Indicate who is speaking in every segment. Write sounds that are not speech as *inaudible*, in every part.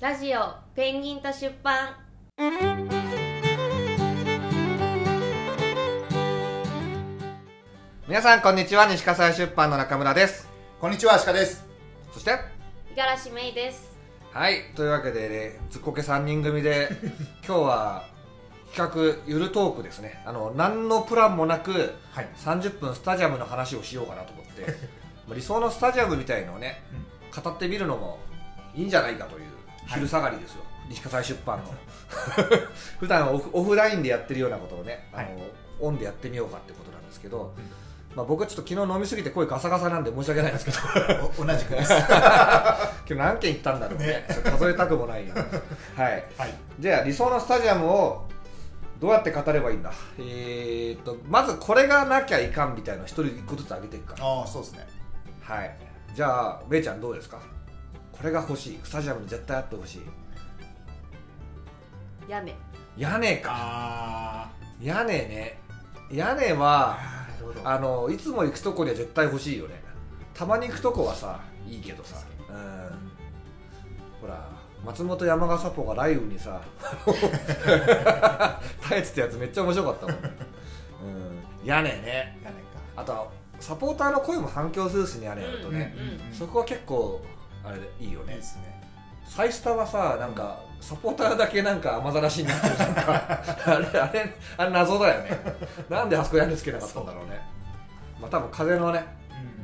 Speaker 1: ラジオペンギンと出版
Speaker 2: 皆さんこんにちは西葛西出版の中村です
Speaker 3: こんにちは、アシカです。
Speaker 2: そして
Speaker 1: 五十嵐芽衣です
Speaker 2: はいというわけで、ね、ずっこけ3人組で *laughs* 今日は企画ゆるトークですねあの何のプランもなく
Speaker 3: はい。
Speaker 2: 30分スタジアムの話をしようかなと思って *laughs* まあ理想のスタジアムみたいのをね語ってみるのもいいんじゃないかという昼下がりですよ、西葛西出 *laughs* 版の普段オフオフラインでやってるようなことをね、
Speaker 3: はい
Speaker 2: あのオンでやってみようかってことなんですけど、まあ、僕はちょっと昨日飲みすぎて声ガサガサなんで申し訳ないんですけど
Speaker 3: お同じくです。 *laughs* は
Speaker 2: 今日何件行ったんだろうね
Speaker 3: ね
Speaker 2: 数えたくもない *laughs* なはい
Speaker 3: い。
Speaker 2: じゃあ理想のスタジアムをどうやって語ればいいんだえー、っとまずこれがなきゃいかんみたいなの一人一個ずつ上げていくか
Speaker 3: ああ、そうですね。
Speaker 2: はいじゃあめいちゃんどうですかこれが欲しいスタジアムに絶対あってほしい
Speaker 1: 屋根
Speaker 2: 屋根か
Speaker 3: あ
Speaker 2: 屋根ね屋根は
Speaker 3: あ、なるほど。
Speaker 2: あのいつも行くとこには絶対欲しいよねたまに行くとこはさいいけどさうんほら松本山笠ポが雷雨にさ *laughs* 耐えてたやつめっちゃ面白かったもん、うん、屋根ね
Speaker 3: 屋根か。
Speaker 2: あとはサポーターの声も反響するしね屋根やるとね、
Speaker 1: うん
Speaker 3: うん
Speaker 2: そこは結構あれでいいよ
Speaker 3: いいで
Speaker 2: ね
Speaker 3: すね。
Speaker 2: サイスタはさなんかサポーターだけなんか雨ざらしになってるじゃんか *laughs* あれあれあれ謎だよねなんであそこ屋根つけなかったんだろうねまあ多分風のね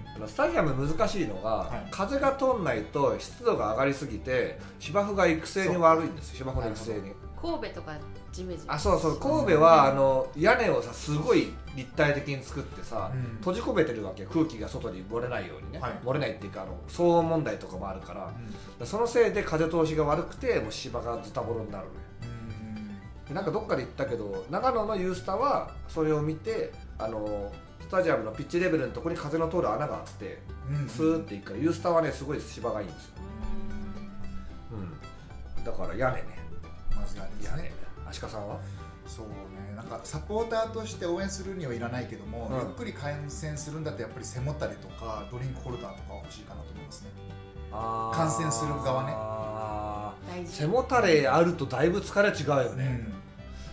Speaker 3: うん。
Speaker 2: あのスタジアム難しいのが、
Speaker 3: はい
Speaker 2: 風が通んないと湿度が上がりすぎて芝生が育成に悪いんですよ芝生の育成に
Speaker 1: 神戸とかジメジメ
Speaker 2: あそうそう神戸はあの屋根をさすごい立体的に作ってさ、
Speaker 3: うん
Speaker 2: 閉じ込めてるわけよ空気が外に漏れないようにね、
Speaker 3: はい
Speaker 2: 漏れないっていうかあの騒音問題とかもあるからだからそのせいで風通しが悪くてもう芝がズタボロになるのよ
Speaker 3: うん。
Speaker 2: でなんかどっかで言ったけど長野のユースタはそれを見てあのスタジアムのピッチレベルのとこに風の通る穴があって
Speaker 3: うん。
Speaker 2: スーっていくからユースタはねすごい芝がいいんですよ、
Speaker 1: うん
Speaker 2: うん、だから屋根ね
Speaker 3: まず屋根です
Speaker 2: 屋根
Speaker 3: ね。
Speaker 2: 足利さんは
Speaker 3: そうね。なんかサポーターとして応援するにはいらないけども、
Speaker 2: うん
Speaker 3: ゆっくり観戦するんだってやっぱり背もたれとかドリンクホルダーとかは欲しいかなと思いますね。感染する側ね
Speaker 2: ね
Speaker 1: 大事
Speaker 2: 背もたれあるとだいぶ疲れ違うよね、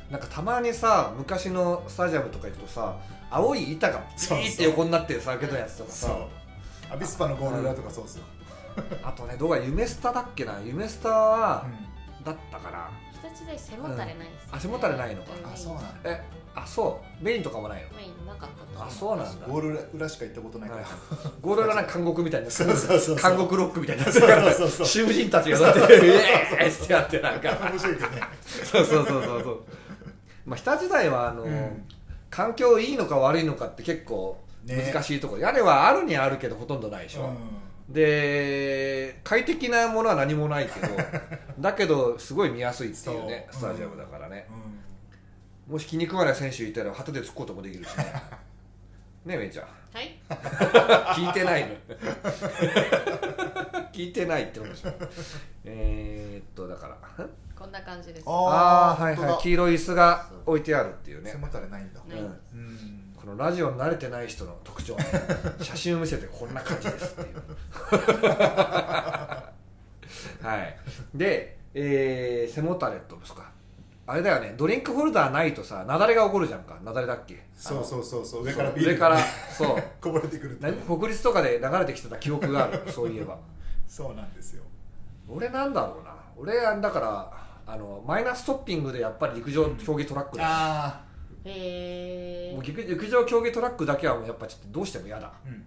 Speaker 2: なんかたまにさ昔のスタジアムとか行くとさ青い板がピ
Speaker 3: そうそう
Speaker 2: ーって横になってるさ受けたやつとかさ
Speaker 3: そう。アビスパのゴール裏とかそうっすよ。
Speaker 2: あとねどこか夢スタだっけな夢スタは、だったかな
Speaker 1: 日立大背もたれないです、ね
Speaker 2: うんあ背もたれないのか
Speaker 3: うんあ、そうなんだ。
Speaker 2: えあそうメインとかもないの
Speaker 1: メインなかったと思
Speaker 2: あそうなんだ
Speaker 3: ゴール裏しか行ったことないか
Speaker 2: はい
Speaker 3: ら。
Speaker 2: ゴールがなんか監獄みたいにな
Speaker 3: そうそうそうそう
Speaker 2: 監獄ロックみたいにな
Speaker 3: そうそうそう
Speaker 2: 囚人たちがだって「 *laughs* ええー!」ってやってなんか
Speaker 3: 面白いけどね。
Speaker 2: そうそうそうそうそうまあ日立大はあの、
Speaker 3: うん
Speaker 2: 環境いいのか悪いのかって結構
Speaker 3: ね
Speaker 2: 難しいところ、屋根はあるにはあるけどほとんどないでしょ、で快適なものは何もないけど
Speaker 3: *laughs*
Speaker 2: だけどすごい見やすいっていうね
Speaker 3: そう
Speaker 2: スタジアムだからね、
Speaker 3: うん
Speaker 2: もし気に食わない選手いたら旗で突っこともできるし
Speaker 3: *laughs*
Speaker 2: ねねえめいちゃん
Speaker 1: はい
Speaker 2: 聞いてないの *laughs* 聞いてないってことでしょえー、っとだからん
Speaker 1: こんな感じです
Speaker 2: あ
Speaker 3: あ
Speaker 2: あ
Speaker 3: あ
Speaker 2: はい
Speaker 3: 本当
Speaker 2: は
Speaker 3: だ
Speaker 2: い黄色い椅子が置いてあるっていうね
Speaker 3: 背もたれないんだ
Speaker 1: ない
Speaker 2: うん
Speaker 3: うん
Speaker 2: このラジオに慣れてない人の特
Speaker 3: *laughs*
Speaker 2: 徴写真を見せてこんな感じですっていう
Speaker 3: *laughs*
Speaker 2: はいで、えー背もたれとですかあれだよねドリンクホルダーないとさ雪崩が起こるじゃんか雪崩だっけ
Speaker 3: そうそうそうそう上
Speaker 2: 上
Speaker 3: からビール
Speaker 2: 上から
Speaker 3: がね
Speaker 2: そう
Speaker 3: こぼれてくるって
Speaker 2: 何国立とかで流れてきてた記憶があるそういえば
Speaker 3: そうなんですよ
Speaker 2: 俺なんだろうな俺だからあのマイナストッピングでやっぱり陸上競技トラックだよ、
Speaker 3: あ
Speaker 1: へ
Speaker 2: も
Speaker 1: ー
Speaker 2: う陸陸上競技トラックだけはもうやっぱちょっとどうしても嫌だ
Speaker 3: あうん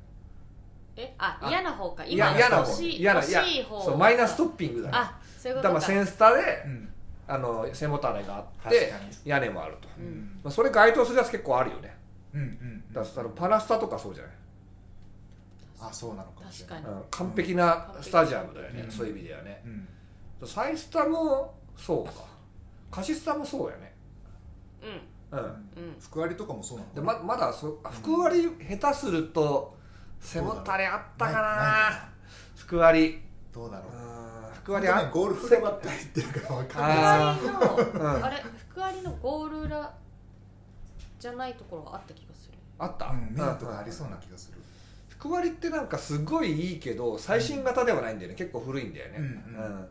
Speaker 1: えあ嫌な方か
Speaker 2: いや
Speaker 1: 今
Speaker 2: 嫌な
Speaker 1: 欲
Speaker 2: 方
Speaker 1: しい
Speaker 2: 嫌な
Speaker 1: 欲
Speaker 2: いや
Speaker 1: しい方
Speaker 2: そうマイナストッピングだね
Speaker 1: あそういう
Speaker 2: だ
Speaker 1: こと
Speaker 2: からま
Speaker 1: か
Speaker 2: あセンスタで、
Speaker 3: うん
Speaker 2: あの背もたれがあっ
Speaker 3: 確
Speaker 2: て
Speaker 3: かに
Speaker 2: 屋根もあると、
Speaker 3: う
Speaker 1: うん
Speaker 3: ん
Speaker 2: まあ、それ該当するやつ結構あるよね
Speaker 3: うんうん
Speaker 2: だからそのパラスタとかそうじゃない、
Speaker 3: あそうなのかもしれ
Speaker 1: 確
Speaker 3: な
Speaker 1: か
Speaker 3: い
Speaker 1: に
Speaker 2: うん完璧なスタジアムだよね、
Speaker 3: うん
Speaker 2: そういう意味ではね
Speaker 3: うん
Speaker 2: サイスタもそうかカシスタもそうやね
Speaker 1: う
Speaker 2: う
Speaker 1: ん
Speaker 2: ん
Speaker 1: うん
Speaker 3: 福割とかもそうなのか
Speaker 2: で
Speaker 3: な
Speaker 2: ままだそあ福割り下手すると背もたれあったかな
Speaker 3: ないないかな
Speaker 2: 福割り
Speaker 3: どうだろ
Speaker 2: う
Speaker 3: うん
Speaker 2: 福割
Speaker 3: 本当
Speaker 2: りあ
Speaker 3: ねゴール
Speaker 2: 背
Speaker 3: フ
Speaker 2: も
Speaker 3: ばっかり言ってるからわかん
Speaker 1: 福
Speaker 3: ない
Speaker 2: あ
Speaker 1: 割りの、
Speaker 2: うん
Speaker 1: あれ福割りのゴール裏じゃないところがあった気がする
Speaker 2: あった、
Speaker 3: うんミナとかありそうな気がする
Speaker 2: 福割りってなんかすごいいいけど最新型ではないんだよね、結構古いんだよね、
Speaker 3: うんうん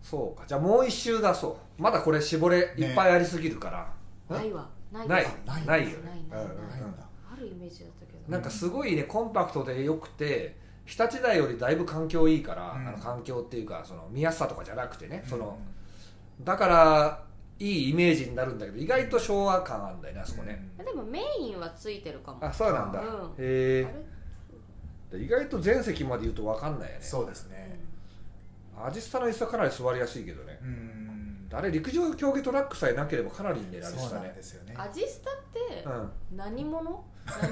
Speaker 2: そうかじゃあもう一周出そうまだこれ絞れいっぱいありすぎるから、
Speaker 1: ないわない
Speaker 2: ない
Speaker 1: です
Speaker 3: ない
Speaker 2: ないよ
Speaker 1: な
Speaker 2: ね
Speaker 1: いないない
Speaker 2: うん
Speaker 3: ないんだ
Speaker 1: あるイメージだったけど
Speaker 2: なんかすごいねコンパクトでよくて日立大よりだいぶ環境いいから、
Speaker 3: うん
Speaker 2: あの環境っていうかその見やすさとかじゃなくてね、その
Speaker 3: う
Speaker 2: だからいいイメージになるんだけど意外と昭和感あるんだよねあ
Speaker 3: ん
Speaker 2: そこね、
Speaker 1: でもメインはついてるかも
Speaker 2: あそうなんだ、
Speaker 1: うん
Speaker 2: へ
Speaker 1: あれ
Speaker 2: え意外と全席まで言うと分かんないよね
Speaker 3: そうですね
Speaker 2: アジスタの椅子はかなり座りやすいけどね
Speaker 3: うん
Speaker 2: あれ陸上競技トラックさえなければかなりいいんだよねアジ
Speaker 3: そ
Speaker 2: ス
Speaker 3: う
Speaker 2: タ
Speaker 3: なん
Speaker 2: ね
Speaker 3: ですよね
Speaker 1: アジスタって
Speaker 2: うん
Speaker 1: 何者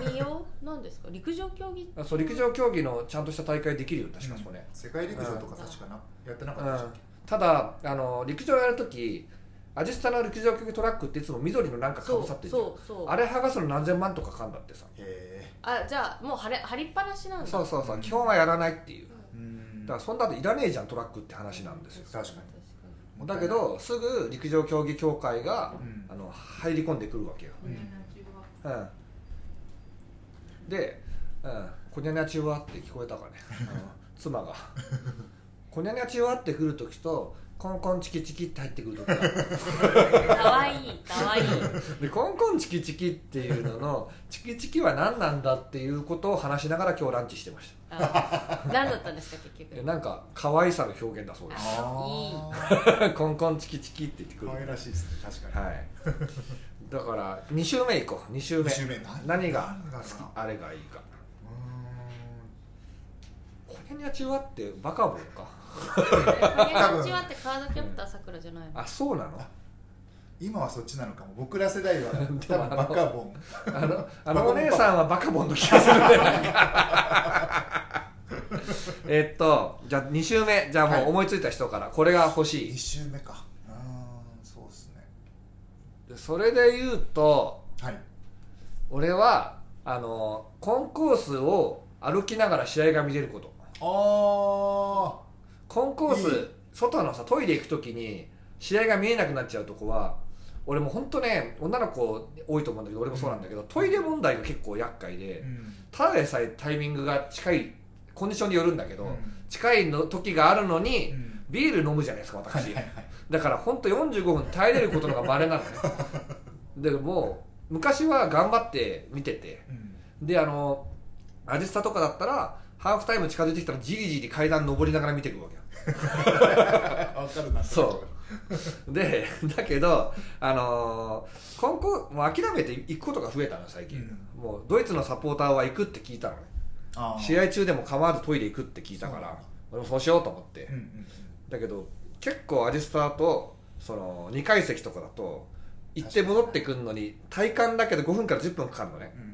Speaker 1: 何用なんですか陸上競技
Speaker 2: あそう陸上競技のちゃんとした大会できるよ確かそこね、
Speaker 3: 世界陸上とか確かなやってなか
Speaker 2: う
Speaker 3: ったでし
Speaker 2: んただあの陸上やるときアジスタの陸上競技トラックっていつも緑のなんかか
Speaker 1: そ
Speaker 2: ぶ
Speaker 1: う
Speaker 2: さってるじゃん
Speaker 1: そうそう
Speaker 2: あれ剥がすの何千万とかかかんだってさ
Speaker 3: たっけへ
Speaker 1: あじゃあもう貼れ貼りっぱなしなんだ
Speaker 2: そうそうそううん基本はやらないっていう
Speaker 3: えうん
Speaker 2: だからそんなのいらねえじゃんトラックって話なんですよ
Speaker 3: 確かにもっ
Speaker 2: だ
Speaker 3: たいない
Speaker 2: けどすぐ陸上競技協会が
Speaker 3: うん
Speaker 2: あの入り込んでくるわけよ、
Speaker 3: うん
Speaker 2: うん、で、うん「こにゃにゃちゅわ」って聞こえたかねあの妻
Speaker 3: *laughs*
Speaker 2: が「こにゃにゃちゅわ」って来る時と「コンコンチキチキ」って入ってくる時がある
Speaker 1: かわいいかわいい
Speaker 2: でコンコンチキチキっていうののチキチキは何なんだっていうことを話しながら今日ランチしてまし
Speaker 1: あ何だったんですか結
Speaker 2: たで
Speaker 1: 局
Speaker 2: なんか可愛さの表現だそうで
Speaker 3: あ
Speaker 2: す *laughs* コンコンチキチキって言って
Speaker 3: ー
Speaker 2: くる
Speaker 3: 可愛らしいですね確かに
Speaker 2: はいだから2週目行こう2週目
Speaker 3: 二周目
Speaker 2: 何
Speaker 3: 何
Speaker 2: が
Speaker 3: 何が
Speaker 2: 好
Speaker 3: な
Speaker 2: きあれがいいかこにゃにゃちゅわってバカボンか
Speaker 1: こんにちはってカードキャプターさくらじゃないの
Speaker 2: あそうなの
Speaker 3: うん今はそっちなのかも僕ら世代は多分
Speaker 2: *laughs* でもあの
Speaker 3: バカボン
Speaker 2: あのあのお姉さんはバカボンの気がするねなんかえっとじゃあ2週目じゃあもう思いついた人からこれが欲しい
Speaker 3: 2周目かうんそうですね
Speaker 2: でそれで言うと
Speaker 3: はい
Speaker 2: 俺はあのコンコースを歩きながら試合が見れること
Speaker 3: あ
Speaker 2: コンコース
Speaker 3: いい
Speaker 2: 外のさトイレ行く時に試合が見えなくなっちゃうとこは俺も本当ね女の子多いと思うんだけど俺もそうなんだけど、トイレ問題が結構厄介で、ただでさえタイミングが近いコンディションによるんだけど、近いの時があるのに、ビール飲むじゃないですか私、だから本当45分耐えれることのが稀 *laughs* なのねでもう昔は頑張って見ててであのアジスタとかだったらハーフタイム近づいてきたらじりじり階段登りながら見ていくわけよ
Speaker 3: 分かるな
Speaker 2: そでだけどあのー、今後もう諦めて行くことが増えたの最近、もうドイツのサポーターは行くって聞いたのね
Speaker 3: あー
Speaker 2: 試合中でも構わずトイレ行くって聞いたから俺もそうしようと思って、
Speaker 3: うんうん
Speaker 2: だけど結構アジスターとその2階席とかだと行って戻ってくるのに体感だけど5分から10分かかるのね
Speaker 3: うん
Speaker 1: う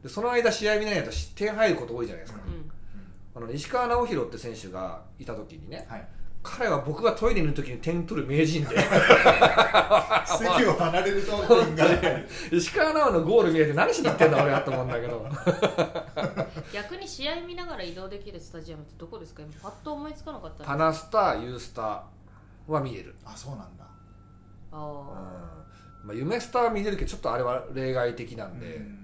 Speaker 1: ん
Speaker 2: でその間試合見ないと失点入ること多いじゃないですか、
Speaker 1: うん
Speaker 2: あの石川直弘って選手がいた時にね
Speaker 3: はい
Speaker 2: 彼は僕がトイレにいる時に点取る名人で *laughs*
Speaker 3: 席を離れると点がね
Speaker 2: 石川直のゴール見れて何しに行ってんだ俺はと思うんだけど
Speaker 1: 逆に試合見ながら移動できるスタジアムってどこですか今パッと思いつかなかった
Speaker 2: パ
Speaker 1: あ
Speaker 2: ナスタユースターは見える
Speaker 3: あそうなんだ
Speaker 2: うん
Speaker 1: あ
Speaker 2: まあ、夢スターは見れるけどちょっとあれは例外的なんで、
Speaker 3: うん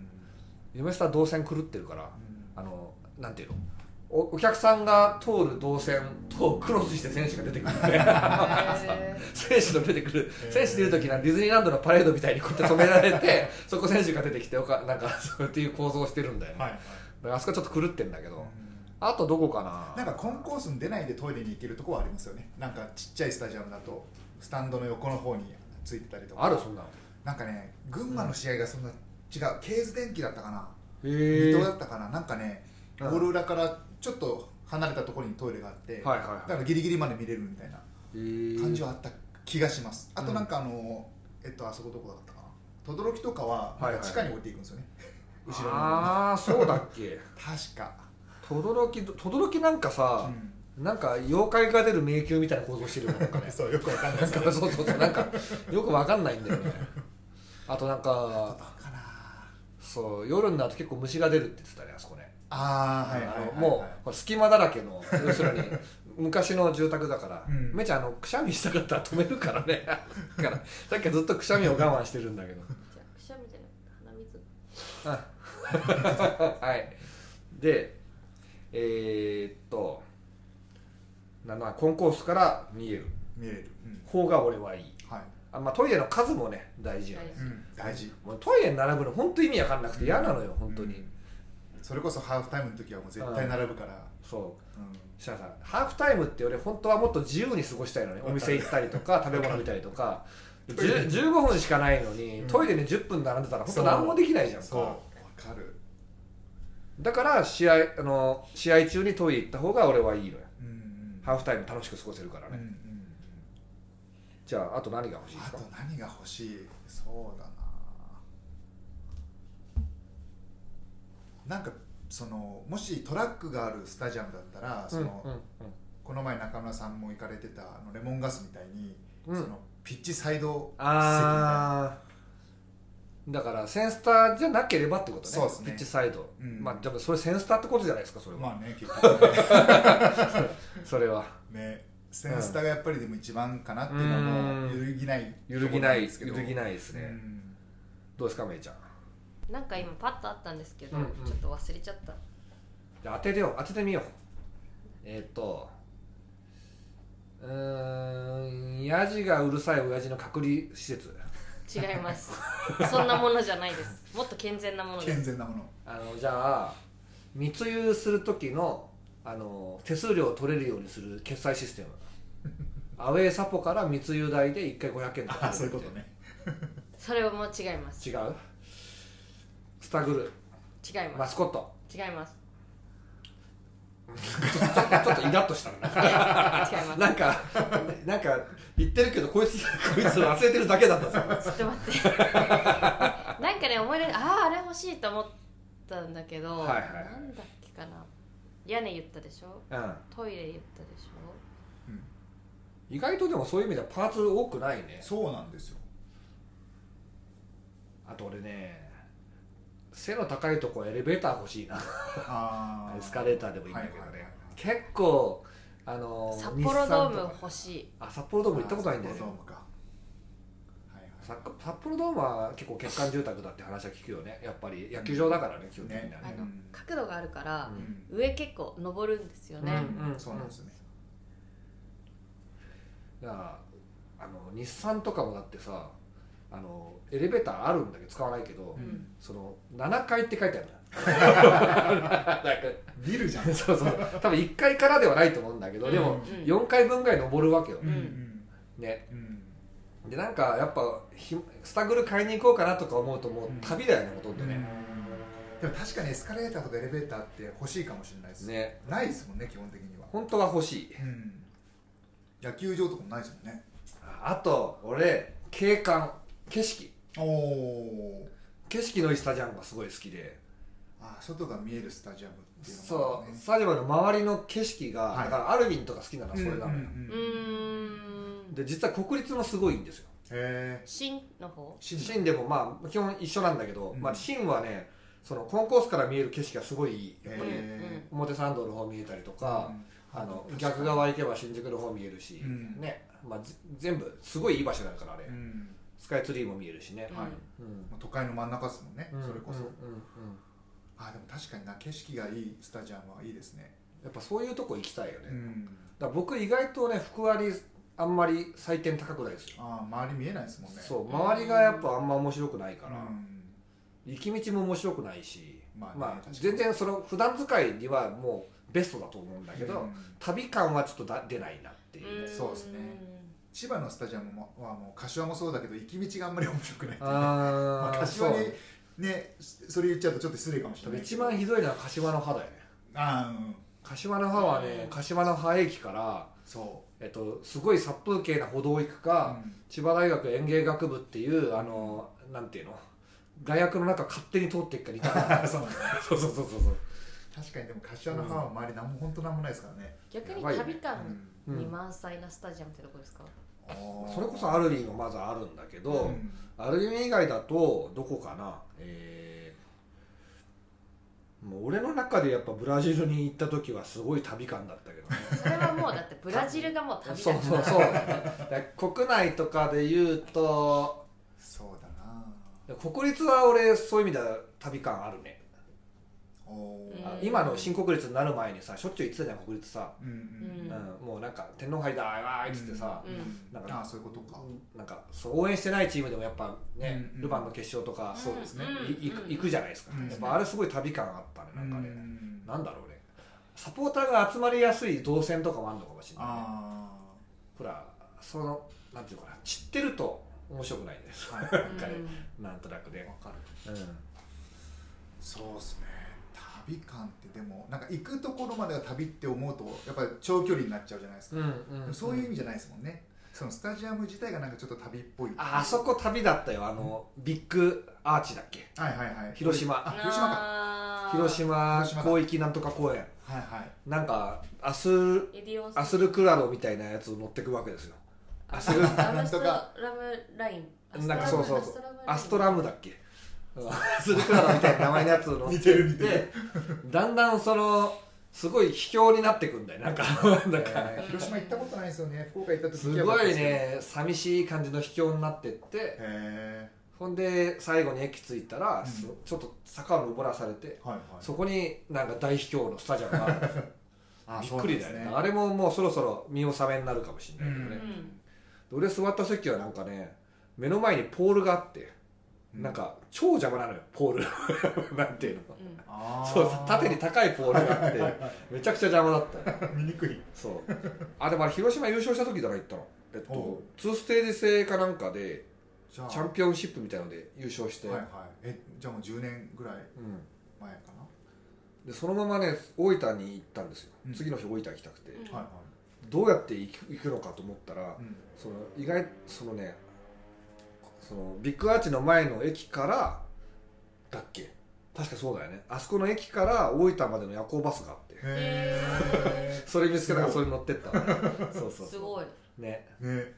Speaker 2: 夢スター動線狂ってるからあのなんていうのおお客さんが通る動線とクロスして選手が出てくるん
Speaker 3: *laughs*
Speaker 2: で
Speaker 1: へ
Speaker 2: 選手の出てくる
Speaker 3: へー
Speaker 2: 選手出る時なんてディズニーランドのパレードみたいにこうやって止められて *laughs* そこ選手が出てきておかなん *laughs* かそうっていう構造をしてるんだよね、
Speaker 3: はいはい
Speaker 2: だからあそこちょっと狂ってんだけど、
Speaker 3: うん
Speaker 2: あとどこか
Speaker 3: な
Speaker 2: なん
Speaker 3: かコンコースに出ないでトイレに行けるとこはありますよねなんかちっちゃいスタジアムだとスタンドの横の方についてたりとか
Speaker 2: あるそんなの
Speaker 3: なんかね群馬の試合がそんな違うケーズ電機だったかな
Speaker 2: へ
Speaker 3: 水
Speaker 2: え
Speaker 3: 戸
Speaker 2: は
Speaker 3: だ
Speaker 2: い
Speaker 3: ったかななんかね
Speaker 2: う
Speaker 3: ゴ
Speaker 2: ん
Speaker 3: ール裏からちょっと離れたところにトイレがあって、
Speaker 2: はい
Speaker 3: だ
Speaker 2: は
Speaker 3: からギリギリまで見れるみたいない
Speaker 2: へー
Speaker 3: 感じはあった気がします、
Speaker 2: ん
Speaker 3: あとなんかあのえっとあそこどこだったかな轟とかは
Speaker 2: はいはい
Speaker 3: なんか地下に置いていくんですよね、後ろに
Speaker 2: ああそうだっ
Speaker 3: *laughs*
Speaker 2: け
Speaker 3: 確か、
Speaker 2: 轟轟なんかさ、なんか妖怪が出る迷宮みたいな構造してるよねなんか
Speaker 3: う
Speaker 2: ね
Speaker 3: ん *laughs* そうよくわかんない
Speaker 2: なん *laughs*
Speaker 3: け
Speaker 2: か
Speaker 3: ど
Speaker 2: そうそうそうなんかよくわかんないんだよねあとなんか
Speaker 3: かな
Speaker 2: そう夜になると結構虫が出るって言ってたねあそこね
Speaker 3: あーはいはい
Speaker 2: あ
Speaker 3: はい、
Speaker 2: の
Speaker 3: はい、
Speaker 2: もうこれ隙間だらけの要するに昔の住宅だから、
Speaker 3: うん
Speaker 2: めちゃんあのくしゃみしたかったら止めるからねだからさっきはずっとくしゃみを我慢してるんだけど *laughs*
Speaker 1: ーじゃあくしゃみじゃなくて鼻水
Speaker 2: あはいでえーっとなんだコンコースから見える
Speaker 3: 見れる、うん
Speaker 2: 方が俺はいい
Speaker 3: はい
Speaker 2: あ、まあ、トイレの数もね大事やね
Speaker 1: 大
Speaker 3: うん、大事
Speaker 2: もうトイレに並ぶの本当意味わかんなくて嫌なのよ本当に、
Speaker 3: うんそれこそハーフタイムの時はもう絶対並ぶから、
Speaker 2: そう
Speaker 3: うん
Speaker 2: 設楽さんハーフタイムって俺本当はもっと自由に過ごしたいのねお店行ったりと
Speaker 3: *laughs*
Speaker 2: か食べ物見たりとかじゅ15分しかないのに、
Speaker 3: うん
Speaker 2: トイレに10分並んでたら本当何もできないじゃん
Speaker 3: そうわ
Speaker 2: か
Speaker 3: かる、
Speaker 2: だから試合あの試合中にトイレ行った方が俺はいいのよ
Speaker 3: うんうん
Speaker 2: ハーフタイム楽しく過ごせるから
Speaker 3: うん
Speaker 2: ね、
Speaker 3: うん
Speaker 2: じゃああと何が欲しいで
Speaker 3: あ
Speaker 2: すか
Speaker 3: と何が欲しいそうだななんかそのもしトラックがあるスタジアムだったらその、
Speaker 2: うん
Speaker 3: この前中村さんも行かれてたあのレモンガスみたいに、
Speaker 2: うんうん
Speaker 3: そのピッチサイド席みたいな
Speaker 2: あーだからセンスターじゃなければってことね
Speaker 3: そうですね
Speaker 2: ピッチサイド、
Speaker 3: うん
Speaker 2: まあでもそれセンスターってことじゃないですかそれは、
Speaker 3: まあね結局ね
Speaker 2: それは *laughs*
Speaker 3: ねセンスターがやっぱりでも一番かなっていうのはもう揺るぎない
Speaker 2: 揺るぎない
Speaker 3: とこ
Speaker 2: 揺
Speaker 3: ろん
Speaker 2: るぎ
Speaker 3: い
Speaker 2: ないですね、どうですかめいちゃん
Speaker 1: なんか今パッとあったんですけど、
Speaker 2: うんうん
Speaker 1: ちょっと忘れちゃった
Speaker 2: じゃあ当ててよ当ててみようえーっとうーんやじがうるさい親父の隔離施設
Speaker 1: 違います
Speaker 2: *laughs*
Speaker 1: そんなものじゃないですもっと健全なもので
Speaker 3: 健
Speaker 1: す
Speaker 3: 全なもの
Speaker 2: あのじゃあ密輸する時のあの手数料を取れるようにする決済シス
Speaker 3: *laughs*
Speaker 2: テムアウェーサポから密輸代で1回500円とか
Speaker 3: あそういうことね
Speaker 1: それも違います
Speaker 2: 違
Speaker 1: 違いう
Speaker 2: スタグル
Speaker 1: ま
Speaker 2: マ
Speaker 1: す
Speaker 2: スコッ
Speaker 3: *laughs*
Speaker 2: ト
Speaker 1: 違います
Speaker 2: ちょっとちょっとイラッとしたのなんか
Speaker 1: 違います
Speaker 2: なんかなんか言ってるけどこいつこいつ忘れてるだけだったんですよ
Speaker 1: ちょっと待
Speaker 2: *laughs*
Speaker 1: ってなんかね思い出あああれ欲しいと思ったんだけど、
Speaker 2: はいはいはい
Speaker 1: なんだっけかな屋根言ったでしょ
Speaker 2: うん
Speaker 1: トイレ言ったでしょ
Speaker 2: 意外とでもそういう意味ではパーツ多くないね
Speaker 3: そうなんですよ
Speaker 2: あと俺ね背の高いとこエレベーター欲しいな
Speaker 3: あー
Speaker 2: エスカレーターでもいいんだけどね、
Speaker 3: はいはいはい
Speaker 2: 結構あの
Speaker 1: 札幌ドー
Speaker 2: 日産
Speaker 1: ム
Speaker 2: とか
Speaker 1: 欲しい
Speaker 2: あ札幌ドーム行ったことないんだよね
Speaker 3: あー札幌ドームかはいはい
Speaker 2: 札札幌ドームは結構欠陥住宅だって話は聞くよねやっぱり野球場だからね基本的には
Speaker 1: あ
Speaker 2: ね
Speaker 3: ね
Speaker 1: の
Speaker 3: うん
Speaker 1: 角度があるから
Speaker 2: う、ん
Speaker 1: 上結構登るんですよね、
Speaker 2: うん
Speaker 3: そうなんですよね
Speaker 2: だからあの日産とかもだってさあのエレベーターあるんだけど使わないけど、
Speaker 1: ん
Speaker 2: その7階って書いてあるのよな *laughs*
Speaker 3: ビルじゃん
Speaker 2: んかそうそう多分1階からではないと思うんだけど、で
Speaker 1: う
Speaker 2: も
Speaker 1: ん
Speaker 2: 4階分ぐらい登るわけよ、
Speaker 3: うんうん
Speaker 2: ね
Speaker 3: うん
Speaker 2: でなんかやっぱひスタグル買いに行こうかなとか思うともう旅だよね、ほとんどね、
Speaker 3: でも確かにエスカレーターとかエレベーターって欲しいかもしれないです
Speaker 2: ね
Speaker 3: ないですもんね基本的には
Speaker 2: 本当は欲しい
Speaker 3: うん野球場とかもないですもんね
Speaker 2: ああと俺景観景色
Speaker 3: おお
Speaker 2: 景色のいいスタジアムがすごい好きで、
Speaker 3: あ外が見えるスタジアムっていうの
Speaker 2: そ
Speaker 3: もある
Speaker 2: う
Speaker 3: ね
Speaker 2: スタジアムの周りの景色が、
Speaker 3: はい
Speaker 2: だからアルビンとか好きなのはそれなのよ、
Speaker 3: うんうん
Speaker 1: う
Speaker 3: うん
Speaker 1: ーん
Speaker 2: で実は国立もすごいんですよ
Speaker 3: へえ
Speaker 1: 新の方
Speaker 2: シンでもまあ基本一緒なんだけど、
Speaker 3: うん
Speaker 2: まあ、シンはねそのコンコースから見える景色がすごいいい
Speaker 3: へ
Speaker 1: うんう
Speaker 3: え
Speaker 1: ん
Speaker 2: 表参道の方見えたりとか、あの
Speaker 3: うん
Speaker 2: 逆側行けば新宿の方見えるし、
Speaker 3: うん
Speaker 2: ねまあ、ぜ全部すごいいい場所だからあれ、
Speaker 3: うん
Speaker 2: スカイツリーも見えるしね、
Speaker 1: うん
Speaker 3: はい
Speaker 2: うん
Speaker 3: もう都会の真ん中ですもんねそれこ
Speaker 2: うん
Speaker 3: そ
Speaker 2: うんうん
Speaker 3: あでも確かにな景色がいいスタジアムはいいですね
Speaker 2: やっぱそういうとこ行きたいよね、だから僕意外とね福割あんまり採点高くないですよ、
Speaker 3: ああ周り見えないですもんね
Speaker 2: そう周りがやっぱあんま面白くないから、
Speaker 3: うん
Speaker 2: 行き道も面白くないし、
Speaker 3: まあね確かに
Speaker 2: 全然その普段使いにはもうベストだと思うんだけど、
Speaker 3: うん
Speaker 2: 旅感はちょっとだ出ないなっていう、
Speaker 1: ーん
Speaker 3: そうですね千葉のスタジアムもはもう柏もそうだけど行き道があんまり面白くないっていうねまあ、
Speaker 2: あー
Speaker 3: 柏
Speaker 2: そう
Speaker 3: にねそそれ言っちゃうとちょっと失礼かもし
Speaker 2: 多
Speaker 3: れな
Speaker 2: 分
Speaker 3: い
Speaker 2: 一番ひどいのは柏の歯だよね
Speaker 3: ああうん
Speaker 2: 柏の葉はね、
Speaker 1: うん
Speaker 2: 柏の葉駅から、
Speaker 3: そ
Speaker 2: えっと、すごい殺風景な歩道を行く
Speaker 3: う
Speaker 2: か、千葉大学園芸学部っていうあのなんていうの大学の中勝手に通っていくか似たいな
Speaker 3: *laughs* そうなんだ
Speaker 2: *laughs* そうそうそうそうそう
Speaker 3: 確かにでも柏の葉は周り何も本当なんもないですからね、
Speaker 1: 逆に
Speaker 2: やばいね
Speaker 1: 旅感
Speaker 2: うん
Speaker 1: に満載なスタジアムってどこですか、
Speaker 2: それこそアルビンがまずあるんだけど、アルビン以外だとどこかなえーもう俺の中でやっぱブラジルに行った時はすごい旅感だったけどね
Speaker 1: それはもうだってブラジルがもう旅
Speaker 2: そう
Speaker 1: だ
Speaker 2: そうそうだ国内とかで言うと
Speaker 3: そうだな
Speaker 2: 国立は俺そういう意味では旅感あるね
Speaker 1: うん
Speaker 2: あ今の新国立になる前にさしょっちゅう言ってたじゃん国立さ、
Speaker 3: うんうん
Speaker 2: う
Speaker 1: うん
Speaker 2: もうなんか天皇杯だわーいっつってさ、
Speaker 3: うん
Speaker 2: なんか
Speaker 3: あそういうことか、
Speaker 2: なんかそう応援してないチームでもやっぱね、
Speaker 3: うん
Speaker 2: ルヴァンの決勝とか、
Speaker 3: そうですね
Speaker 1: ん
Speaker 2: いいく行くじゃないですか、
Speaker 3: うん
Speaker 2: やっぱあれすごい旅感あったねなんかね、
Speaker 3: うん
Speaker 2: なんだろうねサポーターが集まりやすい動線とかもあるのかもしれないね
Speaker 3: あ
Speaker 2: ほらそのなんていうのかな散ってると面白くないです
Speaker 3: あ、はい、わ
Speaker 2: なんかねなんとなくね、
Speaker 3: かる
Speaker 2: うん、
Speaker 3: そうですね旅感ってでもなんか行くところまでが旅って思うとやっぱり長距離になっちゃうじゃないですか、
Speaker 2: うん
Speaker 3: でもそういう意味じゃないですもんねそのスタジアム自体がなんかちょっと旅っぽい
Speaker 2: ああそこ旅だったよあの、ビッグアーチだっけ
Speaker 3: はいはいはい
Speaker 2: 広島
Speaker 3: あ広島か
Speaker 1: か
Speaker 2: 広島
Speaker 3: 広島だ
Speaker 2: 広域なんとか公園
Speaker 3: はいはい
Speaker 2: なんかアス
Speaker 1: エディオン
Speaker 2: アスルクラロみたいなやつを乗ってくわけですよアスル
Speaker 1: ラ
Speaker 3: なん
Speaker 1: ムス
Speaker 3: と
Speaker 1: ト
Speaker 3: か
Speaker 1: ラムライン
Speaker 2: なんかそうそうそうアスト
Speaker 1: ム
Speaker 2: ラムだっけうんアスルクラロみたいな名前のやつを乗って
Speaker 3: 似てる似て
Speaker 2: でだんだんそのすごい卑怯になってく *laughs* んだよなん
Speaker 3: *laughs*
Speaker 2: かなんか
Speaker 3: えー広島行ったことないですよね福岡行った時
Speaker 2: す
Speaker 3: 行けばよ
Speaker 2: ご
Speaker 3: かったで
Speaker 2: い
Speaker 3: けど
Speaker 2: ね寂しい感じの卑怯になってって
Speaker 3: へ
Speaker 2: ほんで最後に駅着いたら、
Speaker 3: うん
Speaker 2: すちょっと坂を登らされて
Speaker 3: えはいはい
Speaker 2: そこになんか大卑怯のスタジアムがあ
Speaker 3: *laughs*
Speaker 2: る
Speaker 3: あ
Speaker 2: びっくりだよね
Speaker 3: そうなんで
Speaker 2: あれ
Speaker 3: す
Speaker 2: ももうそろそろ見納めになるかもしれないけどね、俺座った席はなんかね目の前にポールがあって、
Speaker 3: うん
Speaker 2: なんか超邪魔なのよポール *laughs* なんていうの
Speaker 3: あー
Speaker 2: そう縦に高いポールがあってめちゃくちゃ邪魔だったよ
Speaker 3: *laughs* 見にくい
Speaker 2: そうあでもあれ広島優勝した時だから行ったのえっ
Speaker 3: おう
Speaker 2: と2ステージ制かなんかで
Speaker 3: じゃあ
Speaker 2: チャンピオンシップみたいので優勝して、
Speaker 3: はいはいえじゃあもう10年ぐらい
Speaker 2: うん、
Speaker 3: 前かな、
Speaker 2: でそのままね大分に行ったんですよ、
Speaker 3: うん
Speaker 2: 次の日大分行きたくて、
Speaker 1: うん
Speaker 3: はい
Speaker 2: どうやって行く行くのかと思ったら
Speaker 3: はい、うん、
Speaker 2: その意外そのねそのビッグアーチの前の駅からだっけ確かそうだよねあそこの駅から大分までの夜行バスがあって
Speaker 3: へ
Speaker 2: それ見つけたからそれに乗ってったのねそうそうそう
Speaker 1: すごい
Speaker 2: ね
Speaker 3: えね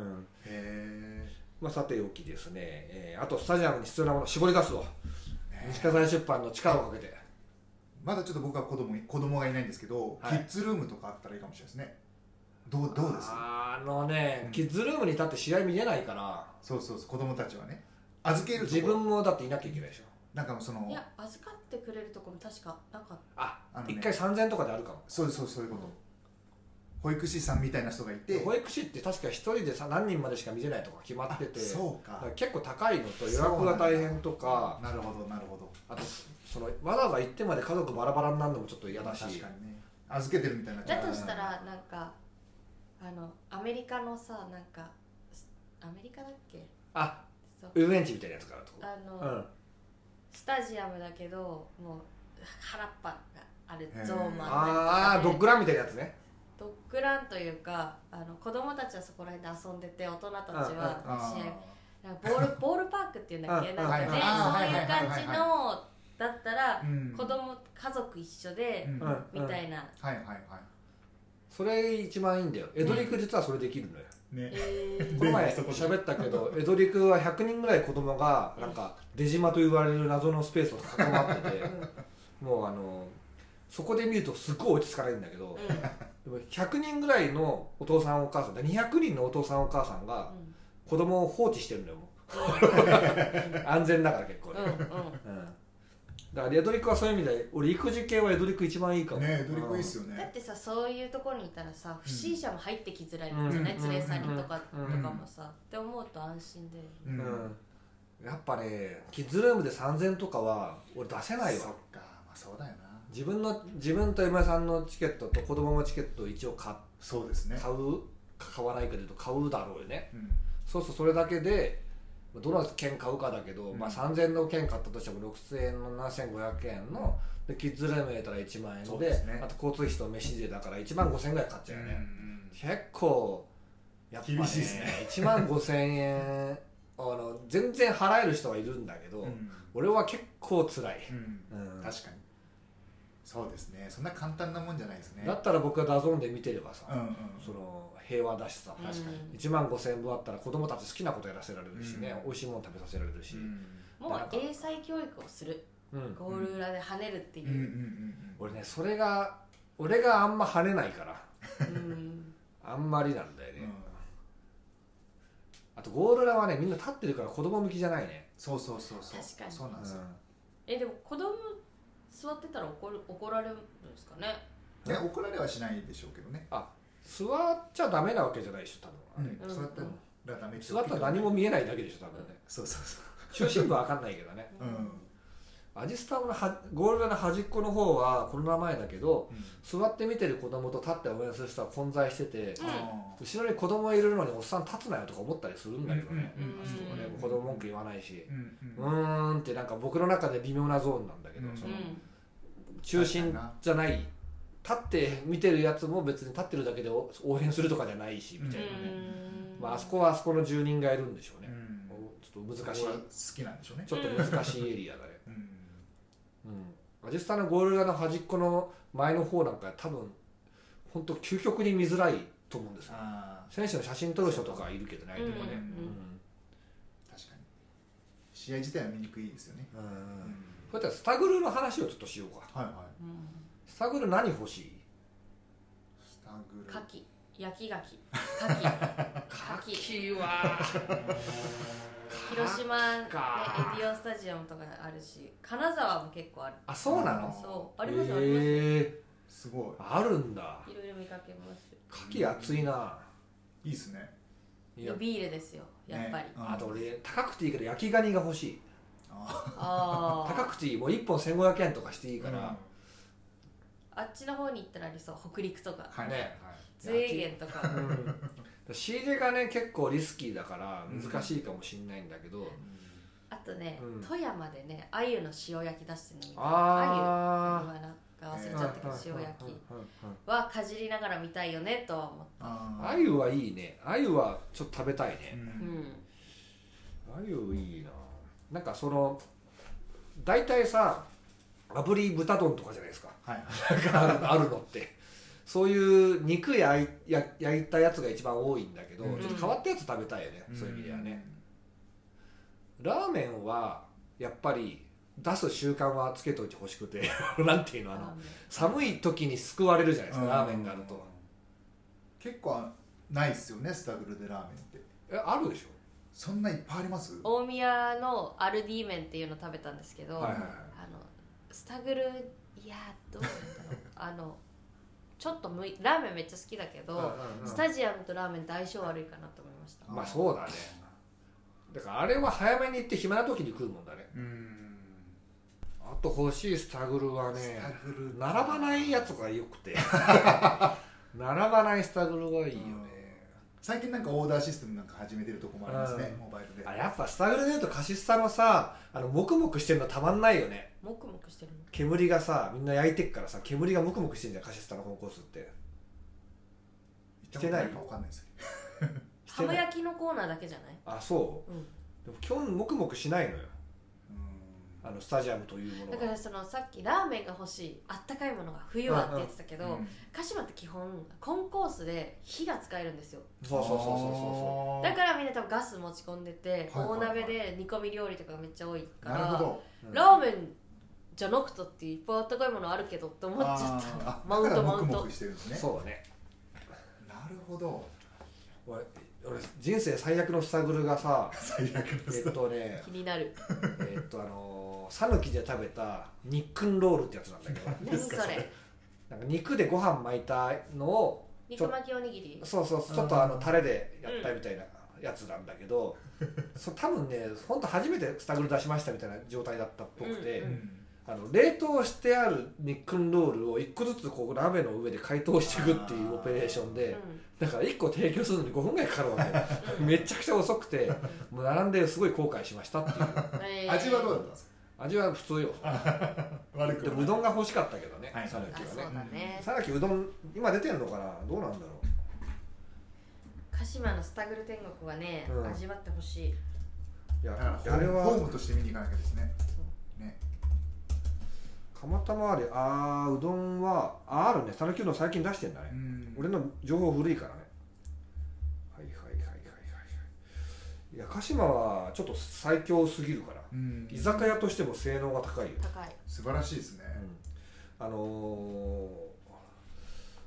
Speaker 2: うん
Speaker 3: へえ
Speaker 2: まあさておきですね、えーあとスタジアムに必要なものを絞り出すぞ
Speaker 3: ね
Speaker 2: 西葛西出版の力をかけて
Speaker 3: まだちょっと僕は子供い子供がいないんですけど、
Speaker 2: はい
Speaker 3: キッズルームとかあったらいいかもしれないですねどうどうです
Speaker 2: あのね、
Speaker 3: うん
Speaker 2: キッズルームに立って試合見れないから
Speaker 3: そうそうそう子供たちはね預けるとこ
Speaker 2: 自分もだっていなきゃいけないでしょ
Speaker 3: なんかもうその
Speaker 1: いや預かってくれるとこも確かなかっ
Speaker 2: あ
Speaker 3: あのね
Speaker 2: 一、回3000とかであるかも
Speaker 3: そうそうそういうこと、保育士さんみたいな人がいて
Speaker 2: 保育士って確か一人でさ何人までしか見れないとか決まってて
Speaker 3: あそう
Speaker 2: だ
Speaker 3: か
Speaker 2: から結構高いのと予約が大変とか
Speaker 3: なるほどなるほど
Speaker 2: あとそのわざわざ行ってまで家族バラバラになるのもちょっと嫌だし
Speaker 3: 確かにね預けてるみたいになっち
Speaker 1: た
Speaker 3: ゃ
Speaker 1: だ
Speaker 3: う
Speaker 1: としたらなんかあのアメリカのさなんかアメリカだっけ
Speaker 2: あ
Speaker 1: そう
Speaker 2: 遊園地みたいなやつがあるとこ
Speaker 1: あ
Speaker 2: う
Speaker 1: の
Speaker 2: ん
Speaker 1: スタジアムだけどもう原っぱがあるゾーンも
Speaker 2: あ
Speaker 1: っ
Speaker 2: あ
Speaker 1: た
Speaker 2: ド
Speaker 1: り
Speaker 2: ッ
Speaker 1: と
Speaker 2: グ
Speaker 1: か
Speaker 2: ランみたいなやつね
Speaker 1: ドッグランというかあの子供たちはそこら辺で遊んでて大人たちは
Speaker 3: あ
Speaker 1: 試合
Speaker 3: ー
Speaker 1: なんかボ
Speaker 2: *laughs*
Speaker 1: ールボールパークっていうんだっけ
Speaker 2: うん
Speaker 1: なんかね
Speaker 2: うん
Speaker 1: そういう感じ
Speaker 3: はいはいはい
Speaker 1: のだったら
Speaker 3: うん
Speaker 1: 子供家族一緒で
Speaker 3: うん
Speaker 2: うん
Speaker 3: はい
Speaker 1: みたいな、
Speaker 3: はいは
Speaker 2: それ一番いいんだよ江戸陸実はそれできるのよ、
Speaker 3: いね
Speaker 1: え
Speaker 2: この前
Speaker 3: 便利なとこ
Speaker 2: 喋ったけ
Speaker 3: *laughs*
Speaker 2: ど江戸陸は100人ぐらい子供がなんか出島と言われる謎のスペースを囲まってて
Speaker 1: ーうん
Speaker 2: もうあのそこで見るとすっごい落ち着かないんだけど、でも100人ぐらいのお父さんお母さん200人のお父さんお母さんが子供を放置してるのよも
Speaker 3: *laughs*
Speaker 2: う安全だから結構ね、
Speaker 1: うんうん
Speaker 2: *laughs*
Speaker 1: うん
Speaker 2: うんだからエドリックはそういう意味で俺育児系はエドリック一番いいかも
Speaker 3: ねえドリックいいっすよ
Speaker 1: だっ
Speaker 3: ね
Speaker 1: てさそういうところにいたらさ不審者も入ってきづらいじ
Speaker 2: う
Speaker 1: ゃ
Speaker 2: ん
Speaker 1: ない、連れ去りとか,、
Speaker 2: うん
Speaker 1: とかもさって思うと安心で、
Speaker 2: う
Speaker 3: う
Speaker 2: んん、やっぱねキッズルームで3000とかは俺出せない
Speaker 3: そっ
Speaker 2: わ
Speaker 3: かまあそうだよな
Speaker 2: 自分の自分と嫁さんのチケットと子供のチケットを一応買
Speaker 3: そうですね
Speaker 2: 買う買わないかというと買うだろうよね
Speaker 3: うん
Speaker 2: そうそうそれだけでどの券買うかだけど、
Speaker 3: うん
Speaker 2: まあ、3000の券買ったとしても6000円の7500円のでキッズルーム入れたら1万円
Speaker 3: そう
Speaker 2: で
Speaker 3: ですね
Speaker 2: あと交通費と飯税だから1万5000円ぐらい買っちゃうよね、
Speaker 3: うん
Speaker 2: 結構やっぱ、ね、
Speaker 3: 厳しいですね
Speaker 2: 1万5000円 *laughs* あの全然払える人はいるんだけど、
Speaker 3: うん
Speaker 2: 俺は結構辛い、
Speaker 3: うん
Speaker 2: うん
Speaker 3: 確かにそうですねそんな簡単なもんじゃないですね
Speaker 2: だったら僕がダゾーンで見てればさ、
Speaker 3: うんうん
Speaker 2: その平和だしさ、
Speaker 3: 確かに
Speaker 1: うん
Speaker 2: 1万5000円分あったら子供たち好きなことやらせられるしね、
Speaker 3: うん
Speaker 2: 美味しいもの食べさせられるし、
Speaker 3: うん
Speaker 1: もう英才教育をする
Speaker 2: うん
Speaker 1: ゴール裏で跳ねるってい
Speaker 3: うんうんうん
Speaker 1: う、
Speaker 3: うん
Speaker 2: 俺ねそれが俺があんま跳ねないから
Speaker 1: うん
Speaker 2: あんまりなんだよね、
Speaker 3: うん
Speaker 2: あとゴールラはねみんな立ってるから子供向きじゃないね、
Speaker 3: そうそうそうそう
Speaker 1: 確かに
Speaker 3: そうなんですよ
Speaker 1: えでも子供座ってたら怒る怒られるんですかね
Speaker 3: ね、怒られはしないでしょうけどね、
Speaker 2: 座っちゃダメなわけじゃないでしょ多分、
Speaker 1: うん
Speaker 3: 座ったらダメって
Speaker 2: 座ったら何も見えないだけでしょ多分ね
Speaker 3: そうそうそ
Speaker 2: 中心部は分かんないけどね
Speaker 3: ううん、
Speaker 2: アジスタムのはゴールドの端っこの方はコロナ前だけど
Speaker 3: うん
Speaker 2: 座って見てる子供と立って応援する人は混在してて、
Speaker 1: うん
Speaker 3: あー
Speaker 2: 後ろに子供いるのにおっさん立つなよとか思ったりするんだけどね、
Speaker 1: うんうんうん
Speaker 2: あそこね子供文句言わないし、
Speaker 3: うん
Speaker 2: うーんってなんか僕の中で微妙なゾーンなんだけど、
Speaker 3: うん
Speaker 2: そ
Speaker 1: うん
Speaker 2: の中心じゃない立って見てるやつも別に立ってるだけで応援するとかじゃないしみたいなね、まあ、あそこはあそこの住人がいるんでしょうね、
Speaker 3: うん
Speaker 2: ちょっと難しい
Speaker 3: ここは好きなんでしょうね
Speaker 2: ちょっと難しいエリアだね、
Speaker 3: うん
Speaker 2: うん、アジスタのゴール裏の端っこの前の方なんか多分本当究極に見づらいと思うんですよ
Speaker 3: あ
Speaker 2: 選手の写真撮る人とかいるけどね、
Speaker 1: うん
Speaker 2: 相手がね、
Speaker 1: うん
Speaker 3: ー確かに試合自体は見にくいですよね、
Speaker 2: うん
Speaker 3: うん
Speaker 2: こうやってスタグルの話をちょっとしようか
Speaker 3: はいはい
Speaker 1: うん
Speaker 2: スタグル何欲しい
Speaker 3: スタグル
Speaker 1: 牡蠣焼き牡蠣牡�牡蠣
Speaker 2: 蠣は *laughs*
Speaker 1: 広島ねエデ
Speaker 2: か
Speaker 1: ィオンスタジアムとかあるし金沢も結構ある
Speaker 2: あそうな
Speaker 3: あ
Speaker 2: の
Speaker 1: そうありますよありますよ
Speaker 2: え
Speaker 3: すご
Speaker 2: ー、あるんだ
Speaker 1: いろいろ見かけます
Speaker 2: 牡蠣熱いない
Speaker 3: いいですね
Speaker 2: いや
Speaker 1: よビールですよやっぱり
Speaker 3: ね
Speaker 2: あと俺高くていいけど焼きガニが欲しい
Speaker 3: あ
Speaker 1: あ
Speaker 2: *laughs* 高
Speaker 1: あ
Speaker 2: くていいもう1本1500円とかしていい
Speaker 3: ー
Speaker 2: から、
Speaker 1: あっちの方に行ったらありそう北陸とか
Speaker 3: はいはい
Speaker 2: ね
Speaker 1: ズエーゲンと
Speaker 2: *laughs*
Speaker 1: か
Speaker 2: うん、仕入れがね結構リスキーだから難しいかもしれないんだけど、
Speaker 1: あとね、
Speaker 2: うん
Speaker 1: 富山でね鮎の塩焼き出してるの見た鮎
Speaker 2: あ
Speaker 1: 今なんか忘れ
Speaker 2: ー
Speaker 1: ちゃったけど、塩焼きはかじりながら見たいよねとは思っ
Speaker 3: あ
Speaker 2: あゆはいいねあゆはちょっと食べたい
Speaker 3: ーう
Speaker 2: ね
Speaker 1: た、うんん、
Speaker 2: あゆいいななんかその大体さ炙り豚丼とかじゃないですか
Speaker 3: はいはい
Speaker 2: あるの *laughs* ってそういう肉焼いや焼いたやつが一番多いんだけど、
Speaker 3: うん
Speaker 2: ちょっと変わったやつ食べたいよね、そういう意味ではね、ラーメンはやっぱり出す習慣はつけといてほしくて *laughs* なんていうのあの寒い時に救われるじゃないですかラーメンがあると
Speaker 3: 結構ないっすよねスタグルでラーメンって
Speaker 2: えあるでしょ
Speaker 3: そんないっぱいあります
Speaker 1: 大宮のアルディーメンっていうの食べたんですけど、
Speaker 2: はいはい
Speaker 1: あ
Speaker 2: はい
Speaker 1: のスタグルいやどうなんだろうあのちょっとむいラーメンめっちゃ好きだけど、
Speaker 2: うんうん
Speaker 1: スタジアムとラーメンって相性悪いかなと思いました
Speaker 2: まあそうだねだからあれは早めに行って暇な時に食うもんだね
Speaker 3: うん
Speaker 2: あと欲しいスタグルは
Speaker 3: ス
Speaker 2: ね
Speaker 3: タグル
Speaker 2: 並ばないやつがよくて並ばないスタグルがいいよね
Speaker 3: 最近なんかオーダーシステムなんか始めてるとこもありますね
Speaker 2: うん
Speaker 3: モバイルで
Speaker 2: あやっぱスタグルでいうとカシスタのさあのモクモクしてるのたまんないよね
Speaker 1: もくもくしてるの
Speaker 2: 煙がさみんな焼いてっからさ煙がムクムクしてんじゃんカシスタのコンコースって
Speaker 3: 行ったことないかわかんないです
Speaker 2: して
Speaker 1: 浜
Speaker 2: ない
Speaker 1: 焼きのコーナーだけじゃない、
Speaker 2: あそ
Speaker 1: うん
Speaker 2: うでも基本モクモクしないのよ
Speaker 3: うん
Speaker 2: あのスタジアムというもの
Speaker 1: だ
Speaker 2: は
Speaker 1: からそのさっきラーメンが欲しいあったかいものが冬はって言ってたけど、
Speaker 3: うん
Speaker 1: 鹿島って基本コンコースで火が使えるんですよ
Speaker 2: そうそうそうそう
Speaker 3: あー
Speaker 1: だからみんな多分ガス持ち込んでて、
Speaker 3: はいはいはい
Speaker 1: 大鍋で煮込み料理とかめっちゃ多いから
Speaker 3: なるほど
Speaker 2: そうそう
Speaker 1: ラーメンじゃなくたっていっぱいあったかいものあるけどって思っちゃっ
Speaker 3: あ
Speaker 1: た
Speaker 3: ー
Speaker 1: マウン
Speaker 3: だか
Speaker 1: ト
Speaker 3: ら
Speaker 1: マウン
Speaker 3: モクモ
Speaker 1: ト
Speaker 3: クしてるんですね
Speaker 2: そうね
Speaker 3: なるほど
Speaker 2: 俺俺人生最悪のスタグルがさ
Speaker 3: 最悪
Speaker 2: え
Speaker 3: のスタ
Speaker 2: っとね
Speaker 1: 気になる
Speaker 2: えっとあのー讃、岐で食べた肉んロールってやつなんだけど
Speaker 1: 何それ
Speaker 2: なんか肉でご飯巻いたのを
Speaker 1: 肉巻きおにぎり
Speaker 2: そうそうちょっとあのタレでやったみたいなやつなんだけど、そう多分ね本当初めてスタグル出しましたみたいな状態だったっぽくて、
Speaker 1: う
Speaker 3: うん
Speaker 2: あの冷凍してある肉ンロールを一個ずつこう鍋の上で解凍していくっていうオペレーション
Speaker 1: うん
Speaker 2: でだから一個提供するのに5分ぐらいかかるわけよ
Speaker 1: *laughs*
Speaker 2: *laughs*
Speaker 1: うん
Speaker 2: めちゃくちゃ遅くてもう並んですごい後悔しましたっていう
Speaker 1: えー
Speaker 3: 味はどうだったんですか
Speaker 2: 味は普通よ
Speaker 3: 悪く
Speaker 2: でもうどんが欲しかったけどね
Speaker 3: はい
Speaker 2: さぬ
Speaker 1: あ
Speaker 2: き
Speaker 1: そう
Speaker 2: はね
Speaker 1: だね
Speaker 2: さぬきうどん今出てんのかなどうなんだろう
Speaker 1: 鹿島のスタグル天国はね、
Speaker 2: うん
Speaker 1: 味わってほしい
Speaker 2: いや
Speaker 3: だから
Speaker 2: あれ
Speaker 3: ホーム
Speaker 2: は
Speaker 3: として見に行かなきゃですね
Speaker 1: そう
Speaker 3: ね
Speaker 2: 蒲田周りあーうどんはああるねさぬきうどん最近出してんだね
Speaker 3: うん
Speaker 2: 俺の情報古いからねはいはいはいはいはいはいいや鹿島はちょっと最強すぎるから
Speaker 3: うん
Speaker 2: 居酒屋としても性能が高いよ、
Speaker 1: 高い
Speaker 3: 素晴らしいですね
Speaker 2: うんあの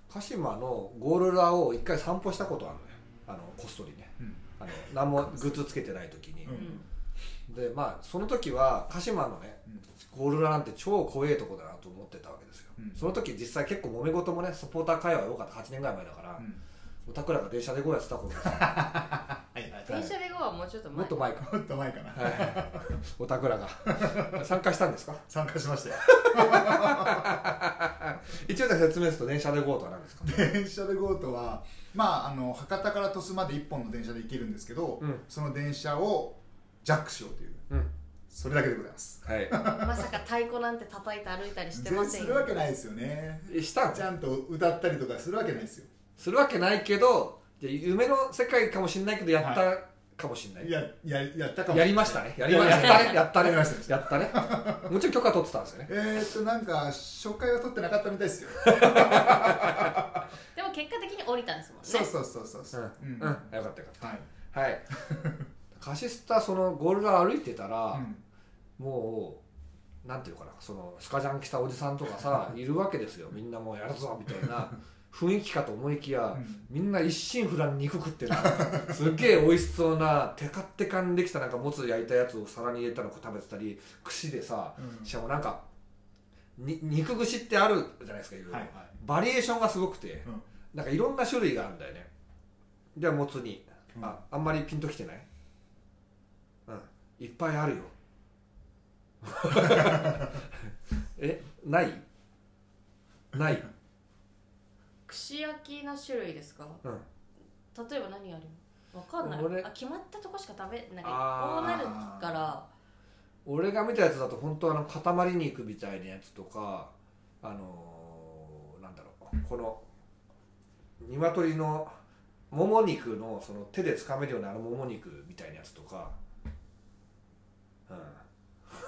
Speaker 2: ー鹿島のゴールラを一回散歩したことあるのよあのこっそりね
Speaker 3: うん
Speaker 2: あの何もグッズつけてない時に、
Speaker 3: うん
Speaker 1: ん
Speaker 2: でまあその時は鹿島のね
Speaker 3: うん
Speaker 2: ゴールラなんて超怖えとこだなと思ってたわけですよ、
Speaker 3: うん
Speaker 2: その時実際結構揉め事もねサポーター会話良かった8年ぐらい前だから、
Speaker 3: うん
Speaker 2: おたくらが電車でこうやってた頃
Speaker 3: *laughs*
Speaker 2: ですよ
Speaker 3: はいはい
Speaker 1: 電車で5はもうちょっと前
Speaker 2: もっと前
Speaker 3: *laughs*
Speaker 2: か
Speaker 3: もっと前かな
Speaker 2: はいおたくら
Speaker 3: *laughs*
Speaker 2: が参加したんですか
Speaker 3: 参加しました
Speaker 2: *laughs*
Speaker 3: よ
Speaker 2: 一応じゃあ説明すると電車でゴーとは何ですか
Speaker 3: 電車で GO とはまああの博多から鳥栖まで1本の電車で行けるんですけど、
Speaker 2: うん
Speaker 3: その電車をジャックしようという
Speaker 2: うん
Speaker 3: それだけでございます
Speaker 2: は
Speaker 1: まさか太鼓なんて叩いて歩いたりして
Speaker 3: 全
Speaker 1: ま
Speaker 3: 然
Speaker 1: せ
Speaker 3: す
Speaker 1: ん
Speaker 3: るわ
Speaker 1: よ
Speaker 3: けないですよね
Speaker 2: いしたん
Speaker 3: ちゃんと歌ったりとかするわけないですよ
Speaker 2: するわけないけどじゃあ夢の世界かもしれないけどやったかもしれない、
Speaker 3: いやややったかも
Speaker 2: やりましたねやりましたねやったね
Speaker 3: やりました
Speaker 2: やったねもちろん許可取ってたんですよね
Speaker 3: えー、っとなんか初回は撮ってなかったみたいですよ
Speaker 1: でも結果的に降りたんですもんね
Speaker 3: そうそうそうそうそう
Speaker 2: うん、うん
Speaker 3: は
Speaker 2: よ
Speaker 3: い
Speaker 2: かったよかった
Speaker 3: *laughs*
Speaker 2: はいカシスタそのゴールラ歩いてたら、もうなんていうかなそのスカジャン着たおじさんとかさいるわけですよみんなもうやるぞみたいな雰囲気かと思いきや、
Speaker 3: うん
Speaker 2: みんな一心不乱に肉食ってなすっげえ美味しそうなテカッテカにできたなんかもつ焼いたやつを皿に入れたのを食べてたり串でさ
Speaker 3: うん
Speaker 2: しかもなんかに肉串ってあるじゃないですかいろいろ、
Speaker 3: はいはい
Speaker 2: バリエーションがすごくて、
Speaker 3: うん
Speaker 2: なんかいろんな種類があるんだよねではもつに、
Speaker 3: うん
Speaker 2: ああんまりピンときてないうんいっぱいあ
Speaker 3: *laughs*
Speaker 2: るよ *laughs* えないない
Speaker 1: 串焼きの種類ですか
Speaker 2: うん
Speaker 1: 例えば何があるのわかんない
Speaker 2: 俺
Speaker 1: あ決まったとこしか食べなん
Speaker 2: あ
Speaker 1: かこ
Speaker 2: ー
Speaker 1: うなるから
Speaker 2: 俺が見たやつだと本当あの塊肉みたいなやつとかあのーなんだろうこの鶏のもも肉のその手で掴めるようなあのもも肉みたいなやつとか、うん、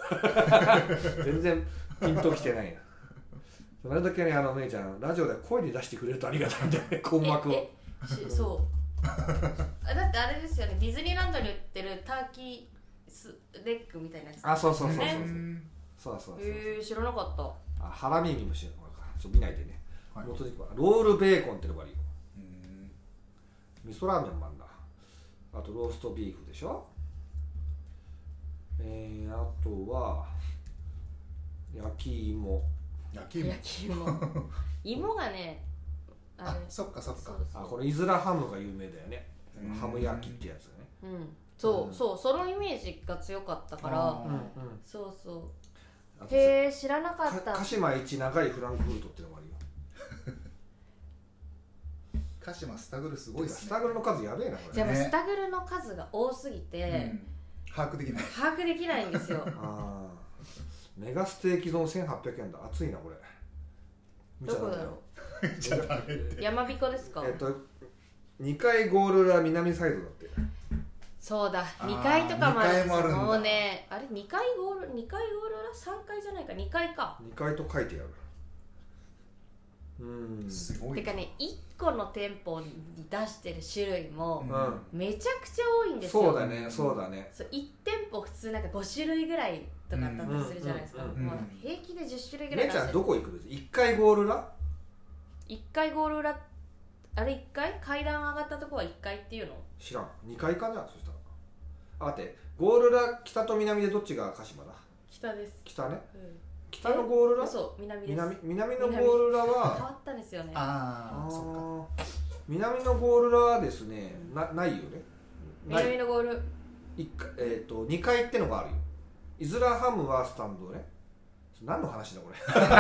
Speaker 2: *laughs* 全然ピンときてないなそれだけねあの姉ちゃんラジオで声に出してくれるとありがたいんだよ
Speaker 1: *laughs*
Speaker 2: ね困惑を
Speaker 1: ええしそう *laughs* あだってあれですよねディズニーランドに売ってるターキースレッグみたいなやつ
Speaker 2: あそうそうそうそうそう
Speaker 1: ね
Speaker 2: そうそうそう
Speaker 1: へえ知らなかった
Speaker 2: あハラミにもしようかちょっと見ないでね、
Speaker 3: はい
Speaker 2: もう一つロールベーコンってのがあるよ
Speaker 3: うん
Speaker 2: 味噌ラーメンもあんだあとローストビーフでしょえー、あとは焼き芋
Speaker 3: 焼き芋
Speaker 1: 焼き芋芋がねあ
Speaker 3: あ
Speaker 1: れ
Speaker 3: そっかそっ
Speaker 1: そ
Speaker 3: か
Speaker 1: うそ
Speaker 2: あ
Speaker 1: う
Speaker 2: これイズラハムが有名だよね
Speaker 3: うん
Speaker 2: ハム焼きってやつね
Speaker 1: うん、そう、
Speaker 2: うん
Speaker 1: そうそのイメージが強かったから
Speaker 3: あ
Speaker 2: うんうん
Speaker 1: そうそう
Speaker 2: あと
Speaker 1: へえ知らなか
Speaker 2: か
Speaker 1: った
Speaker 2: 鹿島一長いフランクフルトってのもあるよ
Speaker 3: 鹿島スタグルすごいっ
Speaker 2: ス
Speaker 3: すね
Speaker 2: タグルの数やべえなこ
Speaker 1: じ
Speaker 2: れ
Speaker 1: ゃあもう
Speaker 3: ね
Speaker 1: スタグルの数が多すぎて、
Speaker 3: うん把握できない
Speaker 1: 把握できないんですよ
Speaker 2: あーメガステーキ丼1800円だ熱いなこれ見ちゃダメ
Speaker 1: どこ
Speaker 3: 見ちゃダメって
Speaker 1: やまびこですか
Speaker 2: えっと2回ゴール裏南サイドだって
Speaker 1: そうだ
Speaker 3: あー
Speaker 1: 2階とかもある
Speaker 3: 二階もあるんだ
Speaker 1: うねあれ2階ゴール2階ゴール裏3階じゃないか2階か
Speaker 2: 2回と書いてあるうん
Speaker 3: すごい
Speaker 1: てかね1個の店舗に出してる種類も
Speaker 2: うん
Speaker 1: めちゃくちゃ多いんですよ、
Speaker 2: そうだねそうだね
Speaker 1: そう1店舗普通なんか5種類ぐらいとかあったとするじゃないですか、
Speaker 2: うんうん
Speaker 3: うんうん
Speaker 1: もう平気で10種類ぐらい
Speaker 2: 姉
Speaker 1: 出
Speaker 2: ちゃ
Speaker 1: し
Speaker 2: ん
Speaker 1: て
Speaker 2: ど
Speaker 1: る
Speaker 2: こ行く別に1回ゴール裏
Speaker 1: 1階ゴール裏あれ1階階段上がったとこは1階っていうの
Speaker 2: 知らん2回かじゃあそしたらあ待ってゴール裏北と南でどっちが鹿島だ
Speaker 1: 北です、
Speaker 2: 北ね
Speaker 1: う
Speaker 2: 北のゴール
Speaker 1: ん、
Speaker 2: 裏
Speaker 1: そう南です
Speaker 2: 南南のゴール裏
Speaker 1: 変
Speaker 2: は
Speaker 1: わったんですよね
Speaker 3: あ
Speaker 2: あ
Speaker 3: あそっか
Speaker 2: ー南のゴール裏はですねなないよねない
Speaker 1: 南のゴー
Speaker 2: *laughs*
Speaker 1: ル
Speaker 2: 一回えっ、と2回ってのがあるよイズラハムはスタンドね何の話だこれ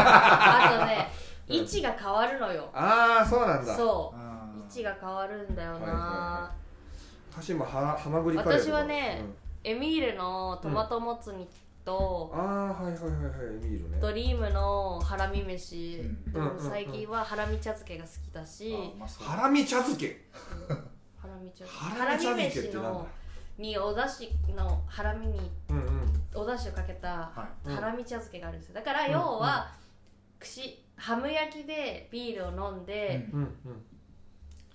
Speaker 1: あとね
Speaker 2: うん
Speaker 1: 位置が変わるのよ
Speaker 2: ああそうなんだ
Speaker 1: そう
Speaker 3: あー
Speaker 1: 位置が変わるんだよな、
Speaker 2: はいはいは鹿島ははまぐりカレーと
Speaker 1: 私
Speaker 2: か
Speaker 1: はねエミールのトマトもつ煮
Speaker 2: う
Speaker 1: と、
Speaker 2: んああはいはいはいはい見るね
Speaker 1: ドリームのハラミ飯、
Speaker 3: うん
Speaker 1: でも
Speaker 2: うんうんうん
Speaker 1: 最近はハラミ茶漬けが好きだし、
Speaker 3: あうまそう
Speaker 2: ハラミ茶漬け
Speaker 1: ハラミ茶
Speaker 2: ハラミ茶漬けってなん
Speaker 1: ハラミ飯
Speaker 2: だ
Speaker 1: のにおだしのハラミに
Speaker 2: うんうん
Speaker 1: おだしをかけた
Speaker 3: は
Speaker 2: うん
Speaker 1: ハラミ茶漬けがあるんですよだから
Speaker 2: うん
Speaker 1: 要は、串ハム焼きでビールを飲ん
Speaker 3: い
Speaker 1: で、
Speaker 2: うんうん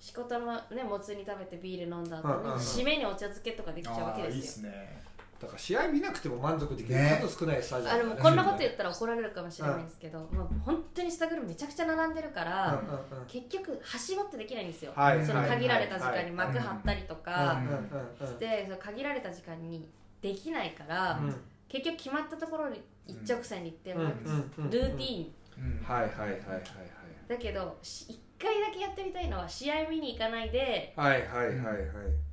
Speaker 1: しこたまねもつ煮食べてビール飲んだ後
Speaker 2: うんうんうん
Speaker 1: に締めにお茶漬けとかできちゃうわ
Speaker 3: あ
Speaker 1: け
Speaker 3: あいい
Speaker 1: で
Speaker 3: っ
Speaker 1: すよ
Speaker 3: すね
Speaker 2: だから試合見なくても満足できる
Speaker 3: ね
Speaker 2: 数少ないスタジアム
Speaker 1: あでもこんなこと言ったら怒られるかもしれないんですけど、まあ、本当にスタグルめちゃくちゃ並んでるか
Speaker 2: うんう
Speaker 1: ら、
Speaker 2: んうん
Speaker 1: 結局はしごってできないんですよ、
Speaker 2: はい
Speaker 1: その限られた時
Speaker 2: は
Speaker 1: 間
Speaker 2: い
Speaker 1: に幕張ったりとか、
Speaker 2: うんうんうんうん
Speaker 1: でその限られた時間にできないから、
Speaker 2: うん
Speaker 1: 結局決まったところに一直線に行っても、
Speaker 2: うんうん
Speaker 1: ルーティーン、
Speaker 3: うん
Speaker 2: はいはいはいはい
Speaker 1: だけどし一回だけやってみたいのは試合見に行かないで
Speaker 2: はいはいはいはいはい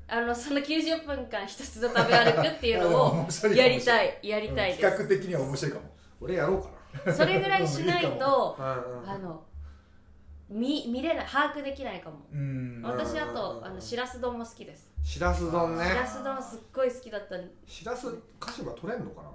Speaker 1: あのその90分間ひたすら食べ歩くっていうの
Speaker 2: *laughs*
Speaker 1: を
Speaker 3: 面白いかもしれな
Speaker 1: やりたいやりたいで
Speaker 3: 企画的には面白いかも
Speaker 2: 俺やろうか
Speaker 1: すそれぐらいしない
Speaker 3: うんいいか
Speaker 1: と
Speaker 2: なうんうん
Speaker 1: あの見見れない把握できないかも
Speaker 3: うん
Speaker 2: あ
Speaker 1: 私あと
Speaker 2: うん
Speaker 1: あのしらす丼も好きです
Speaker 2: しらす丼ね
Speaker 1: しらす丼すっごい好きだったん
Speaker 2: しらす鹿島取れんのかな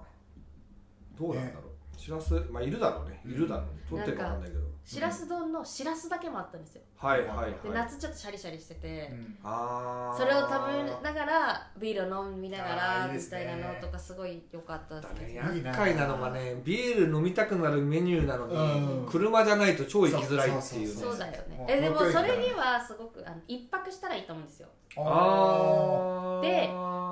Speaker 2: どうなんだろうしらすまあいるだろうねいるだろうね取ってるかわかんないけど
Speaker 1: しらす丼のしらすだけもあったんですよ
Speaker 2: はいはい
Speaker 1: で
Speaker 2: はい
Speaker 1: 夏ちょっとシャリシャリしてて、
Speaker 3: うん
Speaker 2: ああ
Speaker 1: それを食べながらビールを飲みなが
Speaker 3: あ
Speaker 1: ら
Speaker 3: ーいい
Speaker 1: み
Speaker 3: です
Speaker 1: た
Speaker 3: ね
Speaker 1: いなのとかすごい良かったで
Speaker 2: だ
Speaker 1: す
Speaker 2: ね
Speaker 1: ね
Speaker 3: いいな
Speaker 2: 厄介なのがねビール飲みたくなるメニューなのに、
Speaker 3: うん
Speaker 2: 車じゃないと超行きづらいっていうね
Speaker 1: そうだよね
Speaker 3: もう
Speaker 1: えでも
Speaker 3: 東京
Speaker 1: そ
Speaker 3: 行ったら
Speaker 1: れにはすごくあの一泊したらいいと思うんですよ
Speaker 3: あ
Speaker 2: あー
Speaker 1: で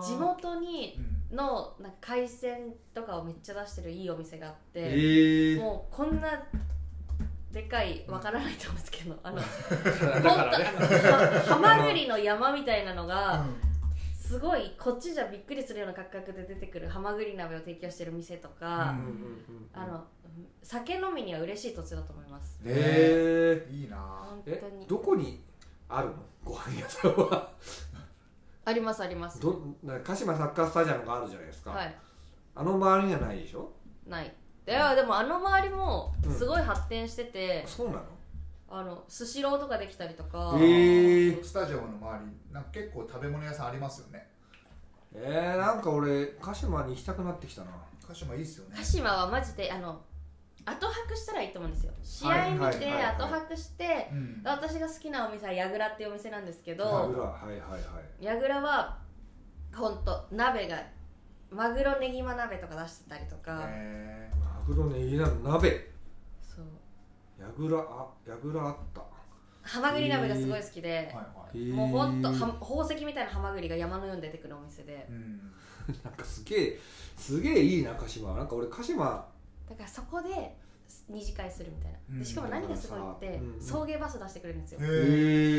Speaker 1: 地元
Speaker 3: ー
Speaker 1: に
Speaker 3: うん
Speaker 1: のなんか海鮮とかをめっちゃ出してるいいお店があっ
Speaker 2: え
Speaker 1: て、
Speaker 2: ー
Speaker 1: もうこんなでかいわからないと思うんですけど
Speaker 3: *laughs*
Speaker 1: あの
Speaker 2: だからね
Speaker 1: 本当あのはハマグリの山みたいなのがすごいこっちじゃびっくりするような感覚で出てくるハマグリ鍋を提供してる店と
Speaker 2: う
Speaker 1: か
Speaker 2: ん、
Speaker 3: ん
Speaker 1: あの酒飲みには嬉しい土地だと思います
Speaker 3: ねえ
Speaker 2: え
Speaker 3: いいな
Speaker 1: 本
Speaker 2: ー、え
Speaker 1: 当に
Speaker 2: どこにあるのご飯屋さんは
Speaker 1: ありますあります
Speaker 2: どな鹿島サッカースタジアムがあるじゃないですか、
Speaker 1: はい
Speaker 2: あの周りにはないでしょ
Speaker 1: ないいやでもあの周りも
Speaker 2: うん
Speaker 1: すごい発展してて、
Speaker 2: そうなの
Speaker 1: あのスシローとかできたりとか、
Speaker 2: へえ
Speaker 3: スタジアムの周りなんか結構食べ物屋さんありますよね
Speaker 2: えー、なんか俺鹿島に行きたくなってきたな
Speaker 3: 鹿島いいっすよね
Speaker 1: 鹿島はマジであの後泊したらいいと思うんですよ試合見
Speaker 2: はいはい
Speaker 1: て
Speaker 2: はいはい
Speaker 1: 後泊して、
Speaker 3: うん
Speaker 1: 私が好きなお店は矢倉っていうお店なんですけ
Speaker 2: マ
Speaker 1: ど
Speaker 2: グロはいはいはい
Speaker 1: 矢倉はほんと鍋がマグロネギマ鍋とか出してたりとか、
Speaker 3: へ
Speaker 2: マグロねいいな鍋
Speaker 1: そう
Speaker 2: やぐらあやぐらあった
Speaker 1: ハマグリ鍋がすごい好きで、
Speaker 3: えはいはい
Speaker 1: もうほんと
Speaker 2: へー
Speaker 1: は宝石みたいなハマグリが山のように出てくるお店で
Speaker 3: うん
Speaker 2: なんかすげえすげえいいな鹿島なんか俺鹿島
Speaker 1: だからそこで二次会するみたいな
Speaker 3: う
Speaker 1: で
Speaker 3: ん
Speaker 1: しかも何がすごいって
Speaker 2: うんうん
Speaker 1: 送迎バス出してくれるんですよ
Speaker 3: へえ
Speaker 2: え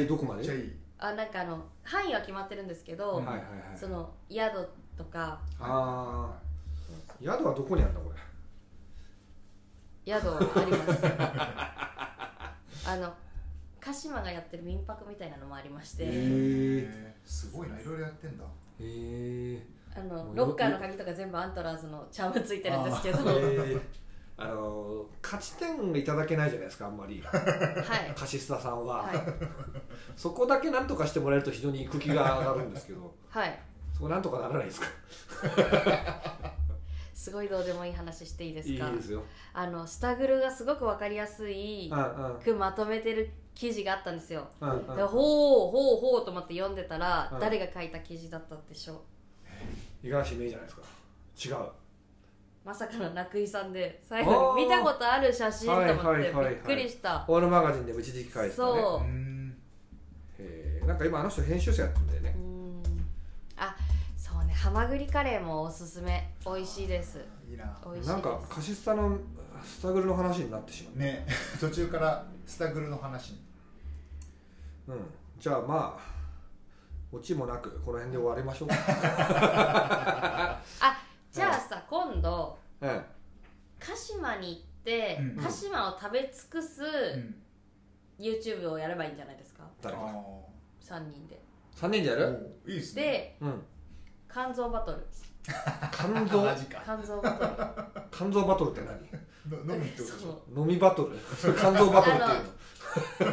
Speaker 2: ー、どこま
Speaker 3: め
Speaker 2: で
Speaker 3: っちゃい
Speaker 2: はい
Speaker 3: い
Speaker 1: あなんかあの範囲は決まってるんですけど、
Speaker 3: うん
Speaker 2: はいはい
Speaker 1: その宿とか
Speaker 2: あ宿はどこにあるんだこ
Speaker 1: 宿はあります
Speaker 2: *laughs*
Speaker 1: あの鹿島がやってる民泊みたいなのもありまし
Speaker 2: れ
Speaker 1: て、
Speaker 2: へ
Speaker 3: へ
Speaker 2: ー
Speaker 3: えすごいないろいろやってんだ
Speaker 2: えー、
Speaker 1: あ
Speaker 2: も
Speaker 1: の
Speaker 2: う
Speaker 1: ロッカーの鍵とか全部アントラーズのチャームついてるんですけど
Speaker 2: え
Speaker 1: はい
Speaker 2: ーあのー勝ち点がいただけないじゃないですかあんまりカシスタさんは、
Speaker 1: はい
Speaker 2: そこだけなんとかしてもらえると非常に行く気が上がるんですけど
Speaker 1: はい
Speaker 2: そこなんとかならないですか
Speaker 1: すごいどうでもいい話していいですか
Speaker 2: いいですよ
Speaker 1: あのスタグルがすごく分かりやすい
Speaker 2: うんうん
Speaker 1: くまとめてる記事があったんですよ、
Speaker 2: うんうん
Speaker 1: でほうほうほうと思って読んでたら、
Speaker 2: うん
Speaker 1: 誰が書いた記事だったでしょう
Speaker 2: 五十嵐めいじゃないですか違う
Speaker 1: まさかの楽井さんで最後に見たことある写真と思って、
Speaker 2: はいはいはいはい
Speaker 1: びっくりした
Speaker 2: オールマガジンで無事に書いてたね
Speaker 1: そう
Speaker 3: うん
Speaker 2: へーなんか今あの人編集者やってんだよ
Speaker 1: う
Speaker 2: ね
Speaker 1: んあそうねハマグリカレーもおすすめ美味しいです
Speaker 3: いいな
Speaker 1: 美味しいです
Speaker 2: なんかカシスタのスタグルの話になってしま
Speaker 3: ね *laughs* 途中からスタグルの話に
Speaker 2: う、うん、じゃあまあオチもなくこの辺で終わりま
Speaker 1: *laughs*
Speaker 2: しょうか、
Speaker 1: じゃあさ今度
Speaker 2: うん、
Speaker 1: 鹿島に行って、
Speaker 3: うん
Speaker 1: 鹿島を食べ尽くす
Speaker 3: うん
Speaker 1: YouTube をやればいいんじゃないですか
Speaker 2: 誰
Speaker 3: あ
Speaker 2: か
Speaker 1: 3人で
Speaker 2: 3人でや
Speaker 3: ー
Speaker 2: る、
Speaker 3: おーいいっすね
Speaker 1: で *laughs*
Speaker 2: うん、
Speaker 1: 肝臓バトル
Speaker 2: 肝臓
Speaker 3: マジか
Speaker 1: 肝臓バトル
Speaker 2: 肝臓バトルって何
Speaker 3: の *laughs* 飲むってことでし
Speaker 1: そう
Speaker 3: ょ
Speaker 2: 飲みバトル
Speaker 1: *laughs*
Speaker 2: 肝臓バトルっていうの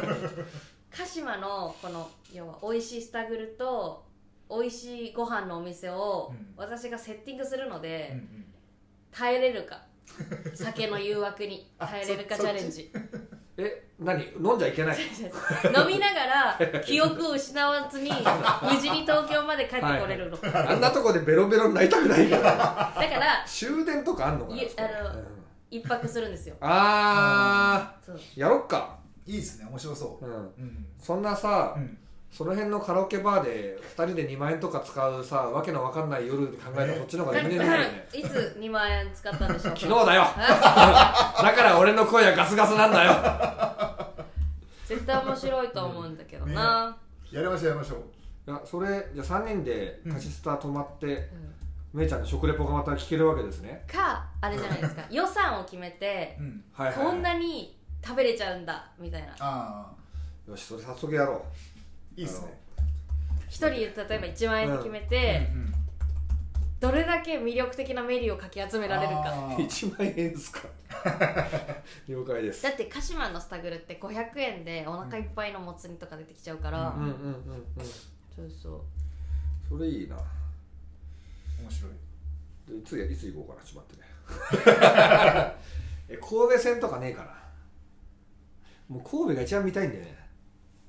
Speaker 1: 鹿島のこの要は美味しいスタグルと美味しいご飯のお店を
Speaker 3: うん
Speaker 1: 私がセッティングするので、
Speaker 3: うんうん
Speaker 1: 耐えれるか酒の誘惑に耐えれるか
Speaker 3: *laughs* あそ
Speaker 1: チャレンジ *laughs*
Speaker 2: え何飲んじゃいけない
Speaker 1: 飲みながら記憶を失わず
Speaker 3: *laughs*
Speaker 1: に無事に東京まで帰ってこれるの、
Speaker 2: あんなとこでベロベロになりたくな
Speaker 1: *laughs*
Speaker 2: いから
Speaker 1: だから
Speaker 2: 終電とかあんのかない
Speaker 1: えあの
Speaker 2: うん
Speaker 1: 一泊するんです
Speaker 3: *laughs*
Speaker 1: よ
Speaker 2: あ
Speaker 1: そう
Speaker 2: ーやろっか、
Speaker 3: いいっすね面白そ
Speaker 2: うん、
Speaker 3: ううん
Speaker 2: そんなさ、
Speaker 3: うん
Speaker 2: その辺のカラオケバーで2人で2万円とか使うさわけのわかんない夜考えたらこっちの方が眠れないよね
Speaker 1: いつ2万円使ったんでしょうか
Speaker 2: 昨 *laughs* 日だよだから俺の声はガスガスなんだよ
Speaker 1: 絶対面白いと思うんだけどな、
Speaker 3: やりましょうやりましょう
Speaker 2: いやそれじゃあ3人でカシスタ泊まって、
Speaker 1: うん
Speaker 2: めいちゃんの食レポがまた聞けるわけですね
Speaker 1: かあれじゃないですか予算を決めて
Speaker 3: うん
Speaker 2: はいはい、
Speaker 1: こんなに食べれちゃうんだみたいな
Speaker 3: ああ
Speaker 2: よしそれ早速やろう
Speaker 3: いいっすね
Speaker 1: 一人例えば1万円で決めて、
Speaker 3: うんうん
Speaker 1: どれだけ魅力的なメニューをかき集められるか
Speaker 2: あ
Speaker 3: あ
Speaker 2: の
Speaker 3: ー
Speaker 2: 1万円ですか *laughs* 了解です
Speaker 1: だって鹿島のスタグルって500円でお腹いっぱいのもつ煮とか出てきちゃうから、
Speaker 2: うんうんうんうん
Speaker 1: そうそう
Speaker 2: それいいな
Speaker 3: 面白い
Speaker 2: でいつやいつ行こうかなちょっと待ってね *laughs* え神戸線とかねえかなもう神戸が一番見たいんだよね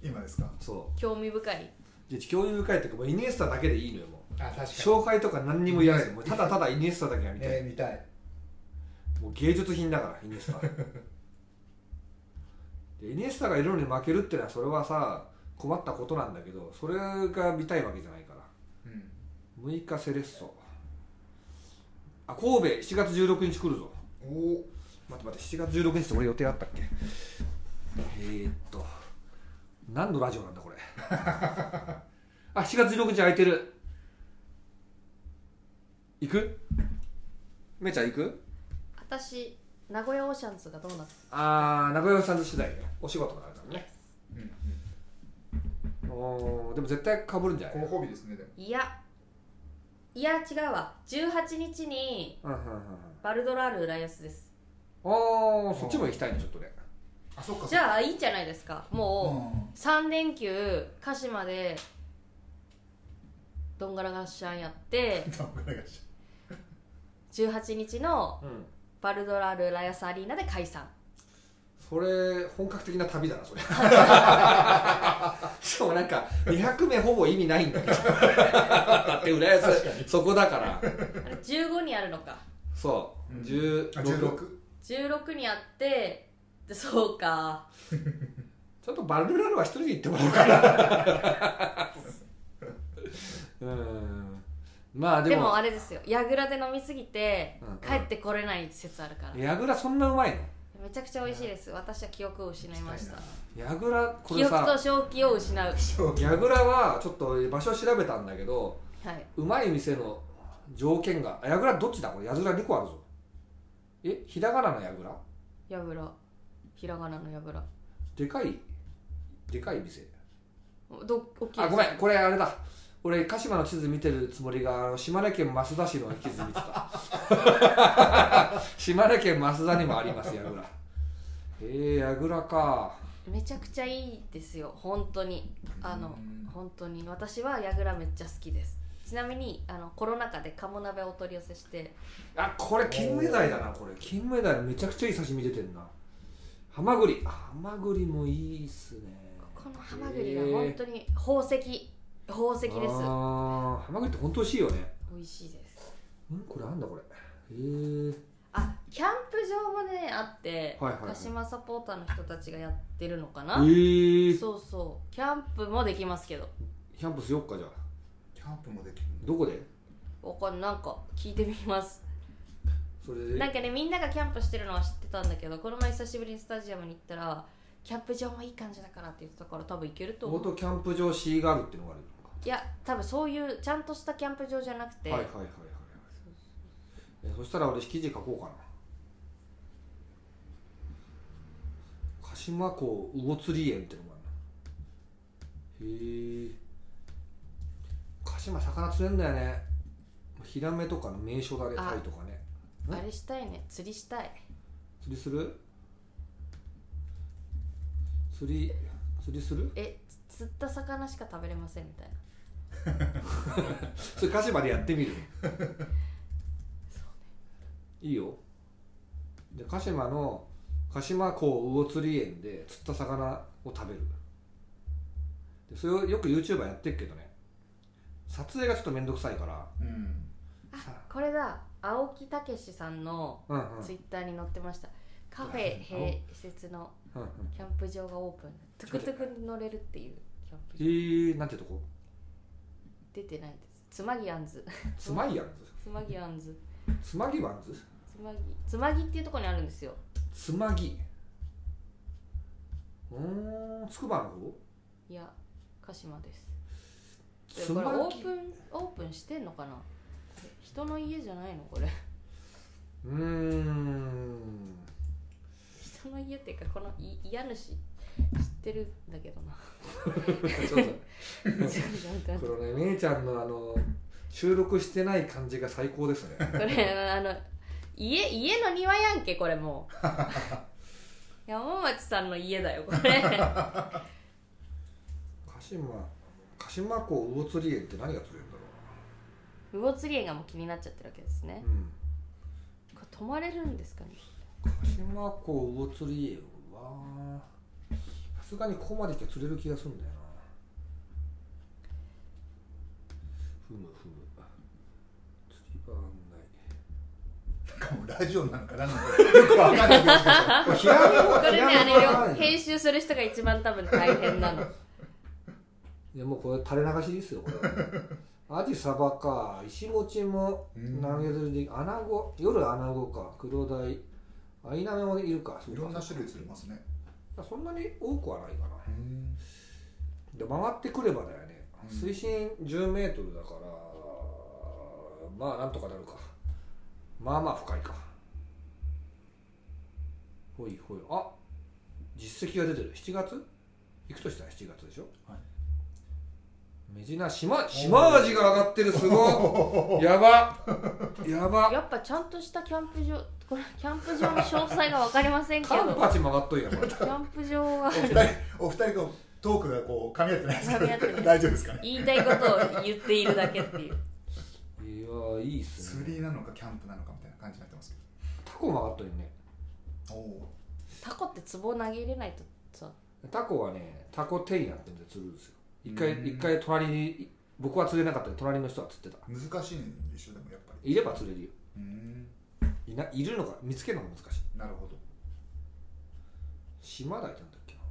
Speaker 3: 今ですか
Speaker 2: そ
Speaker 1: 興味深いう
Speaker 2: で興味深いっていうかもうイニエスタだけでいいのよもう
Speaker 3: あ確かに
Speaker 2: 紹介とか何にもいらないのもうただただイニエスタだけが見たい、
Speaker 3: えー見たい
Speaker 2: もう芸術品だからイニエスタでイニエスタがいるのに負けるってのはそれはさ困ったことなんだけどそれが見たいわけじゃないから
Speaker 3: うん
Speaker 2: 6日セレッソあ神戸7月16日来るぞ
Speaker 3: おお
Speaker 2: 待って待って7月16日って俺予定あったっけえー、っと何のラジオなんだこれ *laughs* あ7月16日空いてる行くめいちゃん行く
Speaker 1: 私名古屋オーシャンズがどうなって
Speaker 2: あー名古屋さんの次第ねお仕事があるからね
Speaker 3: うんうん
Speaker 2: おーでも絶対かぶるんじゃない
Speaker 3: 広報日ですねでも
Speaker 1: いやいや違うわ18日に
Speaker 2: うんうんうん
Speaker 1: バルドラール浦安です
Speaker 2: うんあーそっちも行きたいねちょっとね
Speaker 3: あそっか
Speaker 1: じゃあいいんじゃないですか
Speaker 3: あう
Speaker 1: も
Speaker 3: ん
Speaker 1: う3連休鹿島でどんがらがっしゃんやって
Speaker 3: どんぐらいがし
Speaker 1: 18日の
Speaker 2: うん
Speaker 1: バルドラールラヤスアリーナで解散
Speaker 2: それ本格的な旅だな
Speaker 3: *laughs*
Speaker 2: それしかもなんか200名ほぼ意味ないんだけどだって浦安そこだから
Speaker 1: あれ15にあるのか
Speaker 2: そう、
Speaker 3: うん
Speaker 2: 16
Speaker 3: あ16
Speaker 1: 16にあってでそうか
Speaker 2: ちょっとバルラルは一人で行ってもらおうかなうんまあ
Speaker 1: でも
Speaker 2: でも
Speaker 1: あれですよ櫓で飲みすぎて
Speaker 2: うんうん
Speaker 1: 帰ってこれない説あるから
Speaker 2: やぐらそんなうまいの
Speaker 1: めちゃくちゃ美味しいです私は記憶を失いました
Speaker 2: やぐらこ
Speaker 1: 記
Speaker 2: れ
Speaker 1: 憶と
Speaker 2: さ
Speaker 1: 正気を失う
Speaker 3: そう
Speaker 2: やぐらはちょっと場所調べたんだけど
Speaker 1: はい、
Speaker 2: うまい店の条件があやぐらどっちだこれやぐら2個あるぞえひらがなのやぐら
Speaker 1: やぶら、ひらがなのやぶら。
Speaker 2: でかいでかい店
Speaker 1: ど、大きい
Speaker 2: あごめんこれあれだ俺鹿島の地図見てるつもりがあの島根県益田市の地図見てた *laughs* 島根県益田にもあります櫓えー、櫓か
Speaker 1: めちゃくちゃいいですよ、本当に。あの
Speaker 3: うん、
Speaker 1: 本当に、私はやぐらめっちゃ好きです。ちなみに、あの、コロナ禍で鴨鍋をお取り寄せして。
Speaker 2: あこれ金目鯛だなこれ金目鯛めちゃくちゃいい刺身出てんなハマグリあハマグリもいいっすね
Speaker 1: このハマグリが本当に宝石、宝石
Speaker 2: え
Speaker 1: です。
Speaker 2: ーあーハマグリって本当美味しいよね
Speaker 1: 美味しいです。
Speaker 2: んこれなんだこれえー、
Speaker 1: あ、キャンプ場もね、あって、
Speaker 2: はいはいはい
Speaker 1: 鹿島サポーターの人たちがやってるのか
Speaker 2: え
Speaker 1: な。
Speaker 2: ー、
Speaker 1: そうそう、キャンプもできますけど。
Speaker 2: キャンプしよっかじゃあ
Speaker 3: キャンプもできるんだ
Speaker 2: どこで
Speaker 1: わかんないなんか聞いてみます。
Speaker 2: それで
Speaker 1: なんかねみんながキャンプしてるのは知ってたんだけどこの前久しぶりにスタジアムに行ったらキャンプ場もいい感じだからって言ってたから多分行けると思
Speaker 2: 元
Speaker 1: う
Speaker 2: キャンプ場シーガールっていうのがあるのか
Speaker 1: いや多分そういうちゃんとしたキャンプ場じゃなくて、
Speaker 2: はいはいはいはいえそしたら俺記事書こうかな鹿島港魚釣り園ってのもあるなへえ鹿島魚釣れんだよねヒラメとかの名所だね
Speaker 1: あ
Speaker 2: タイとかねん
Speaker 1: あれしたいね釣りしたい
Speaker 2: 釣りする釣り釣りする
Speaker 1: えつ釣った魚しか食べれませんみたいな
Speaker 2: それ鹿島でやってみるいいよで鹿島の鹿島港魚釣り園で釣った魚を食べるでそれをよく YouTuber やってるけどね撮影がちょっと面倒くさいから
Speaker 3: うん
Speaker 2: さ
Speaker 1: これだ青木武さんの
Speaker 2: うんうんうんうん
Speaker 1: ツイッターに載ってました、カフェ併設のキャンプ場がオープントゥクトゥクに乗れるっていうキャン
Speaker 2: え
Speaker 1: プ場
Speaker 2: ー、なんてとこ
Speaker 1: 出てないですつまぎあんず *laughs*
Speaker 2: つまぎやん
Speaker 1: つまぎあんず
Speaker 2: ずつまぎわんず
Speaker 1: つまぎつまぎっていうところにあるんですよ
Speaker 2: つまぎうーんつくばの方
Speaker 1: いや鹿島です
Speaker 2: つ
Speaker 1: これ
Speaker 2: ま
Speaker 1: オ
Speaker 2: ぎ
Speaker 1: ープンオープンしてんのかな人の家じゃないのこれ *laughs*
Speaker 2: うーん *laughs*
Speaker 1: 人の家っていうかこのい家主知ってるんだけ
Speaker 2: *laughs*
Speaker 1: どな *laughs* ちょっと待って
Speaker 2: これね姉ちゃんのあの収録してない感じが最高ですね
Speaker 1: *laughs* これあの家家の庭やんけこれも *laughs* う山町さんの家だよこれ
Speaker 2: 鹿島鹿島港魚釣り園って何が釣れるんだろ
Speaker 1: *laughs* 魚釣り園がもう気になっちゃってるわけですね
Speaker 2: う、うん、
Speaker 1: これ泊まれるんですかね
Speaker 2: 鹿島港魚釣り園はさすがにここまで来て釣れる気がするんだよなふむふむ釣り場案
Speaker 3: なんかもうラジオなんかなんかよくわかんないけど
Speaker 2: 内ヒラメ
Speaker 1: こ
Speaker 2: は
Speaker 1: れ
Speaker 2: ヒ
Speaker 1: ね
Speaker 2: ラメ
Speaker 1: あれ
Speaker 2: は
Speaker 1: よ
Speaker 2: ないよ
Speaker 1: 編集する人が一番多分大変なの
Speaker 2: いやもうこれ垂れ流しです
Speaker 3: *laughs*
Speaker 2: よこれアジサバか石餅も
Speaker 3: うん
Speaker 2: 投げ釣りでアナゴ夜アナゴか黒鯛アイナメもいるかそう
Speaker 3: *laughs* い
Speaker 2: か
Speaker 3: ろんな種類釣れますね
Speaker 2: そんなに多くはないかなで回ってくればだよね
Speaker 3: うん
Speaker 2: 水深1 0メートルだからまあなんとかなるかまあまあ深いかほいほいあ実績が出てる7月行くとしたら7月でしょ、
Speaker 3: はい
Speaker 2: メジナ島島味が上がってるすごい
Speaker 3: *laughs*
Speaker 2: やばやば
Speaker 1: *laughs* やっぱちゃんとしたキャンプ場これキャンプ場の詳細が分かりませんけど
Speaker 2: カンパチ曲がっといやこれ
Speaker 1: キャンプ場は
Speaker 3: お二人お二人のトークがこう噛み合ってないです
Speaker 1: 噛み合って
Speaker 3: け
Speaker 1: な
Speaker 3: ど
Speaker 1: い
Speaker 3: 大丈夫ですか
Speaker 1: *laughs*
Speaker 3: ね
Speaker 1: 言いたいことを言っているだけっていう
Speaker 2: いやーいいっす
Speaker 3: 釣
Speaker 2: ね
Speaker 3: りなのかキャンプなのかみたいな感じになってます
Speaker 2: タコ曲がっといね
Speaker 3: けどおお
Speaker 1: タコって壺投げ入れないとさ
Speaker 2: タコはねタコテイなんて言うんで釣るんですよ一
Speaker 3: うん
Speaker 2: 回一回隣に僕は釣れなかったけど隣の人は釣ってた
Speaker 3: 難しいんでしょでもやっぱり
Speaker 2: いれば釣れるよ
Speaker 3: うーん
Speaker 2: いないるのが見つけるのが難しい
Speaker 3: なるほど
Speaker 2: 島台なんだっけな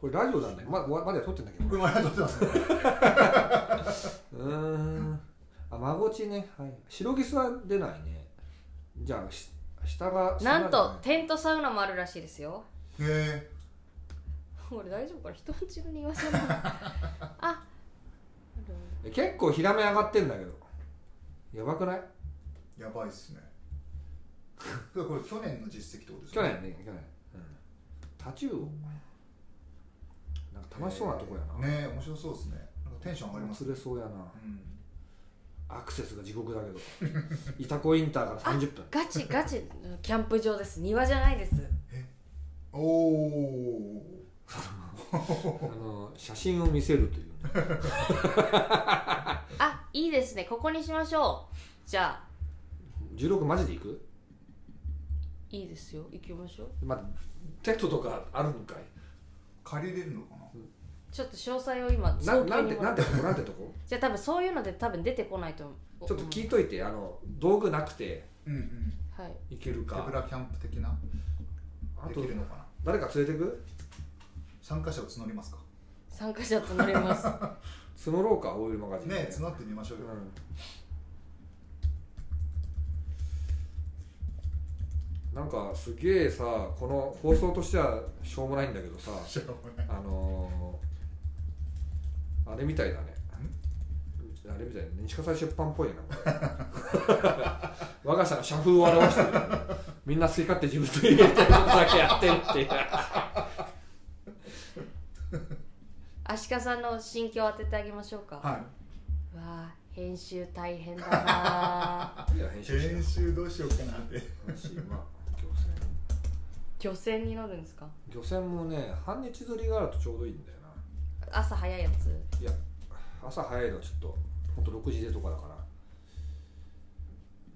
Speaker 2: これラジオなんだよまままだ撮ってんだけど
Speaker 3: これ笑ってますね
Speaker 2: *laughs* うーんあマゴチねはい白ギスは出ないねじゃあし下が島
Speaker 1: なんと
Speaker 2: じ
Speaker 1: テントサウナもあるらしいですよ
Speaker 3: へえ
Speaker 1: 俺大丈夫かな人んちの庭じゃないあ
Speaker 2: ゃない結構ヒラメ上がってんだけどやばくない
Speaker 3: やばいっすねこれ去年の実績ってことです
Speaker 2: 去
Speaker 3: か
Speaker 2: 年ね去年、うん、タチウオなんか楽しそうなとこやな、
Speaker 3: ねえ面白そうですねなんかテンション上がります
Speaker 2: 釣れそうやな
Speaker 3: うん
Speaker 2: アクセスが地獄だ *laughs* けどイタコインターから30分
Speaker 1: ガチガチキャンプ場です庭じゃないです
Speaker 3: おお
Speaker 2: あの写真を見せるというね、
Speaker 1: あいいですねここにしましょうじゃあ
Speaker 2: 16マジで行く、
Speaker 1: いいですよ行きましょう
Speaker 2: まあ、テントとかあるんかい
Speaker 3: 借りれるのかな
Speaker 1: ちょっと詳細を今
Speaker 2: な
Speaker 1: 早急
Speaker 2: なん
Speaker 1: に
Speaker 2: て
Speaker 1: もら
Speaker 2: な
Speaker 1: うん
Speaker 2: てとこなんてと *laughs* こ
Speaker 1: じゃあ多分そういうので多分出てこないと思う
Speaker 2: ちょっと聞いといてあの道具なくて
Speaker 3: うんうん
Speaker 1: はい
Speaker 2: 行ける
Speaker 3: 手ぶ
Speaker 2: から
Speaker 3: キャンプ的な
Speaker 2: あ
Speaker 3: で
Speaker 2: と
Speaker 3: きるのかな
Speaker 2: 誰か連れてく
Speaker 3: 参加者を募りますか
Speaker 1: 参加者募り
Speaker 2: *laughs*
Speaker 1: ます
Speaker 2: 募ろうかオイルマガジンで
Speaker 3: ねえ募ってみましょうよ
Speaker 2: うんなんかすげえさこの放送としてはしょうもないんだけどさ
Speaker 3: しょうもない
Speaker 2: あのー、あれみたいだねあれみたいだね西葛西出版っぽいなこれ我が社の社風を表してるみんな好き勝手自分と言えたいことだけやってるっていう
Speaker 1: アシカさんの心境を当ててあげましょうか、
Speaker 3: は
Speaker 1: うわあ編集大変だ
Speaker 2: *laughs*
Speaker 1: な
Speaker 2: いや編
Speaker 3: い
Speaker 2: 集して
Speaker 3: 編集どうしようかなって
Speaker 2: るしまあ漁船
Speaker 1: 漁船に乗るんですか
Speaker 2: 漁船もね半日釣りがあるとちょうどいいんだよな
Speaker 1: 朝早いやつ
Speaker 2: いや朝早いのはちょっとほんと6時でとかだから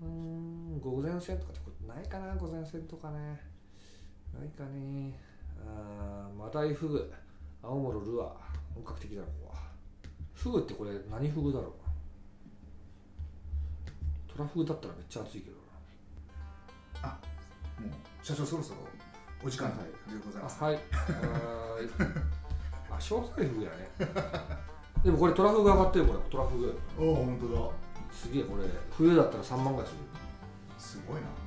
Speaker 2: うーん午前戦とかってことないかな午前戦とかねないかねあーマダイフグ青モロルアー本格的だなここはフグってこれ何フグだろうトラフグだったらめっちゃ熱いけどな
Speaker 3: もう社長そろそろお時間でござい
Speaker 2: あ
Speaker 3: ます
Speaker 2: はい *laughs* はーいあ詳細フグやねでもこれトラフグ上がってるこれトラフグ
Speaker 3: おお本当
Speaker 2: すげえこれ冬だったら3万ぐらいする
Speaker 3: だすごいな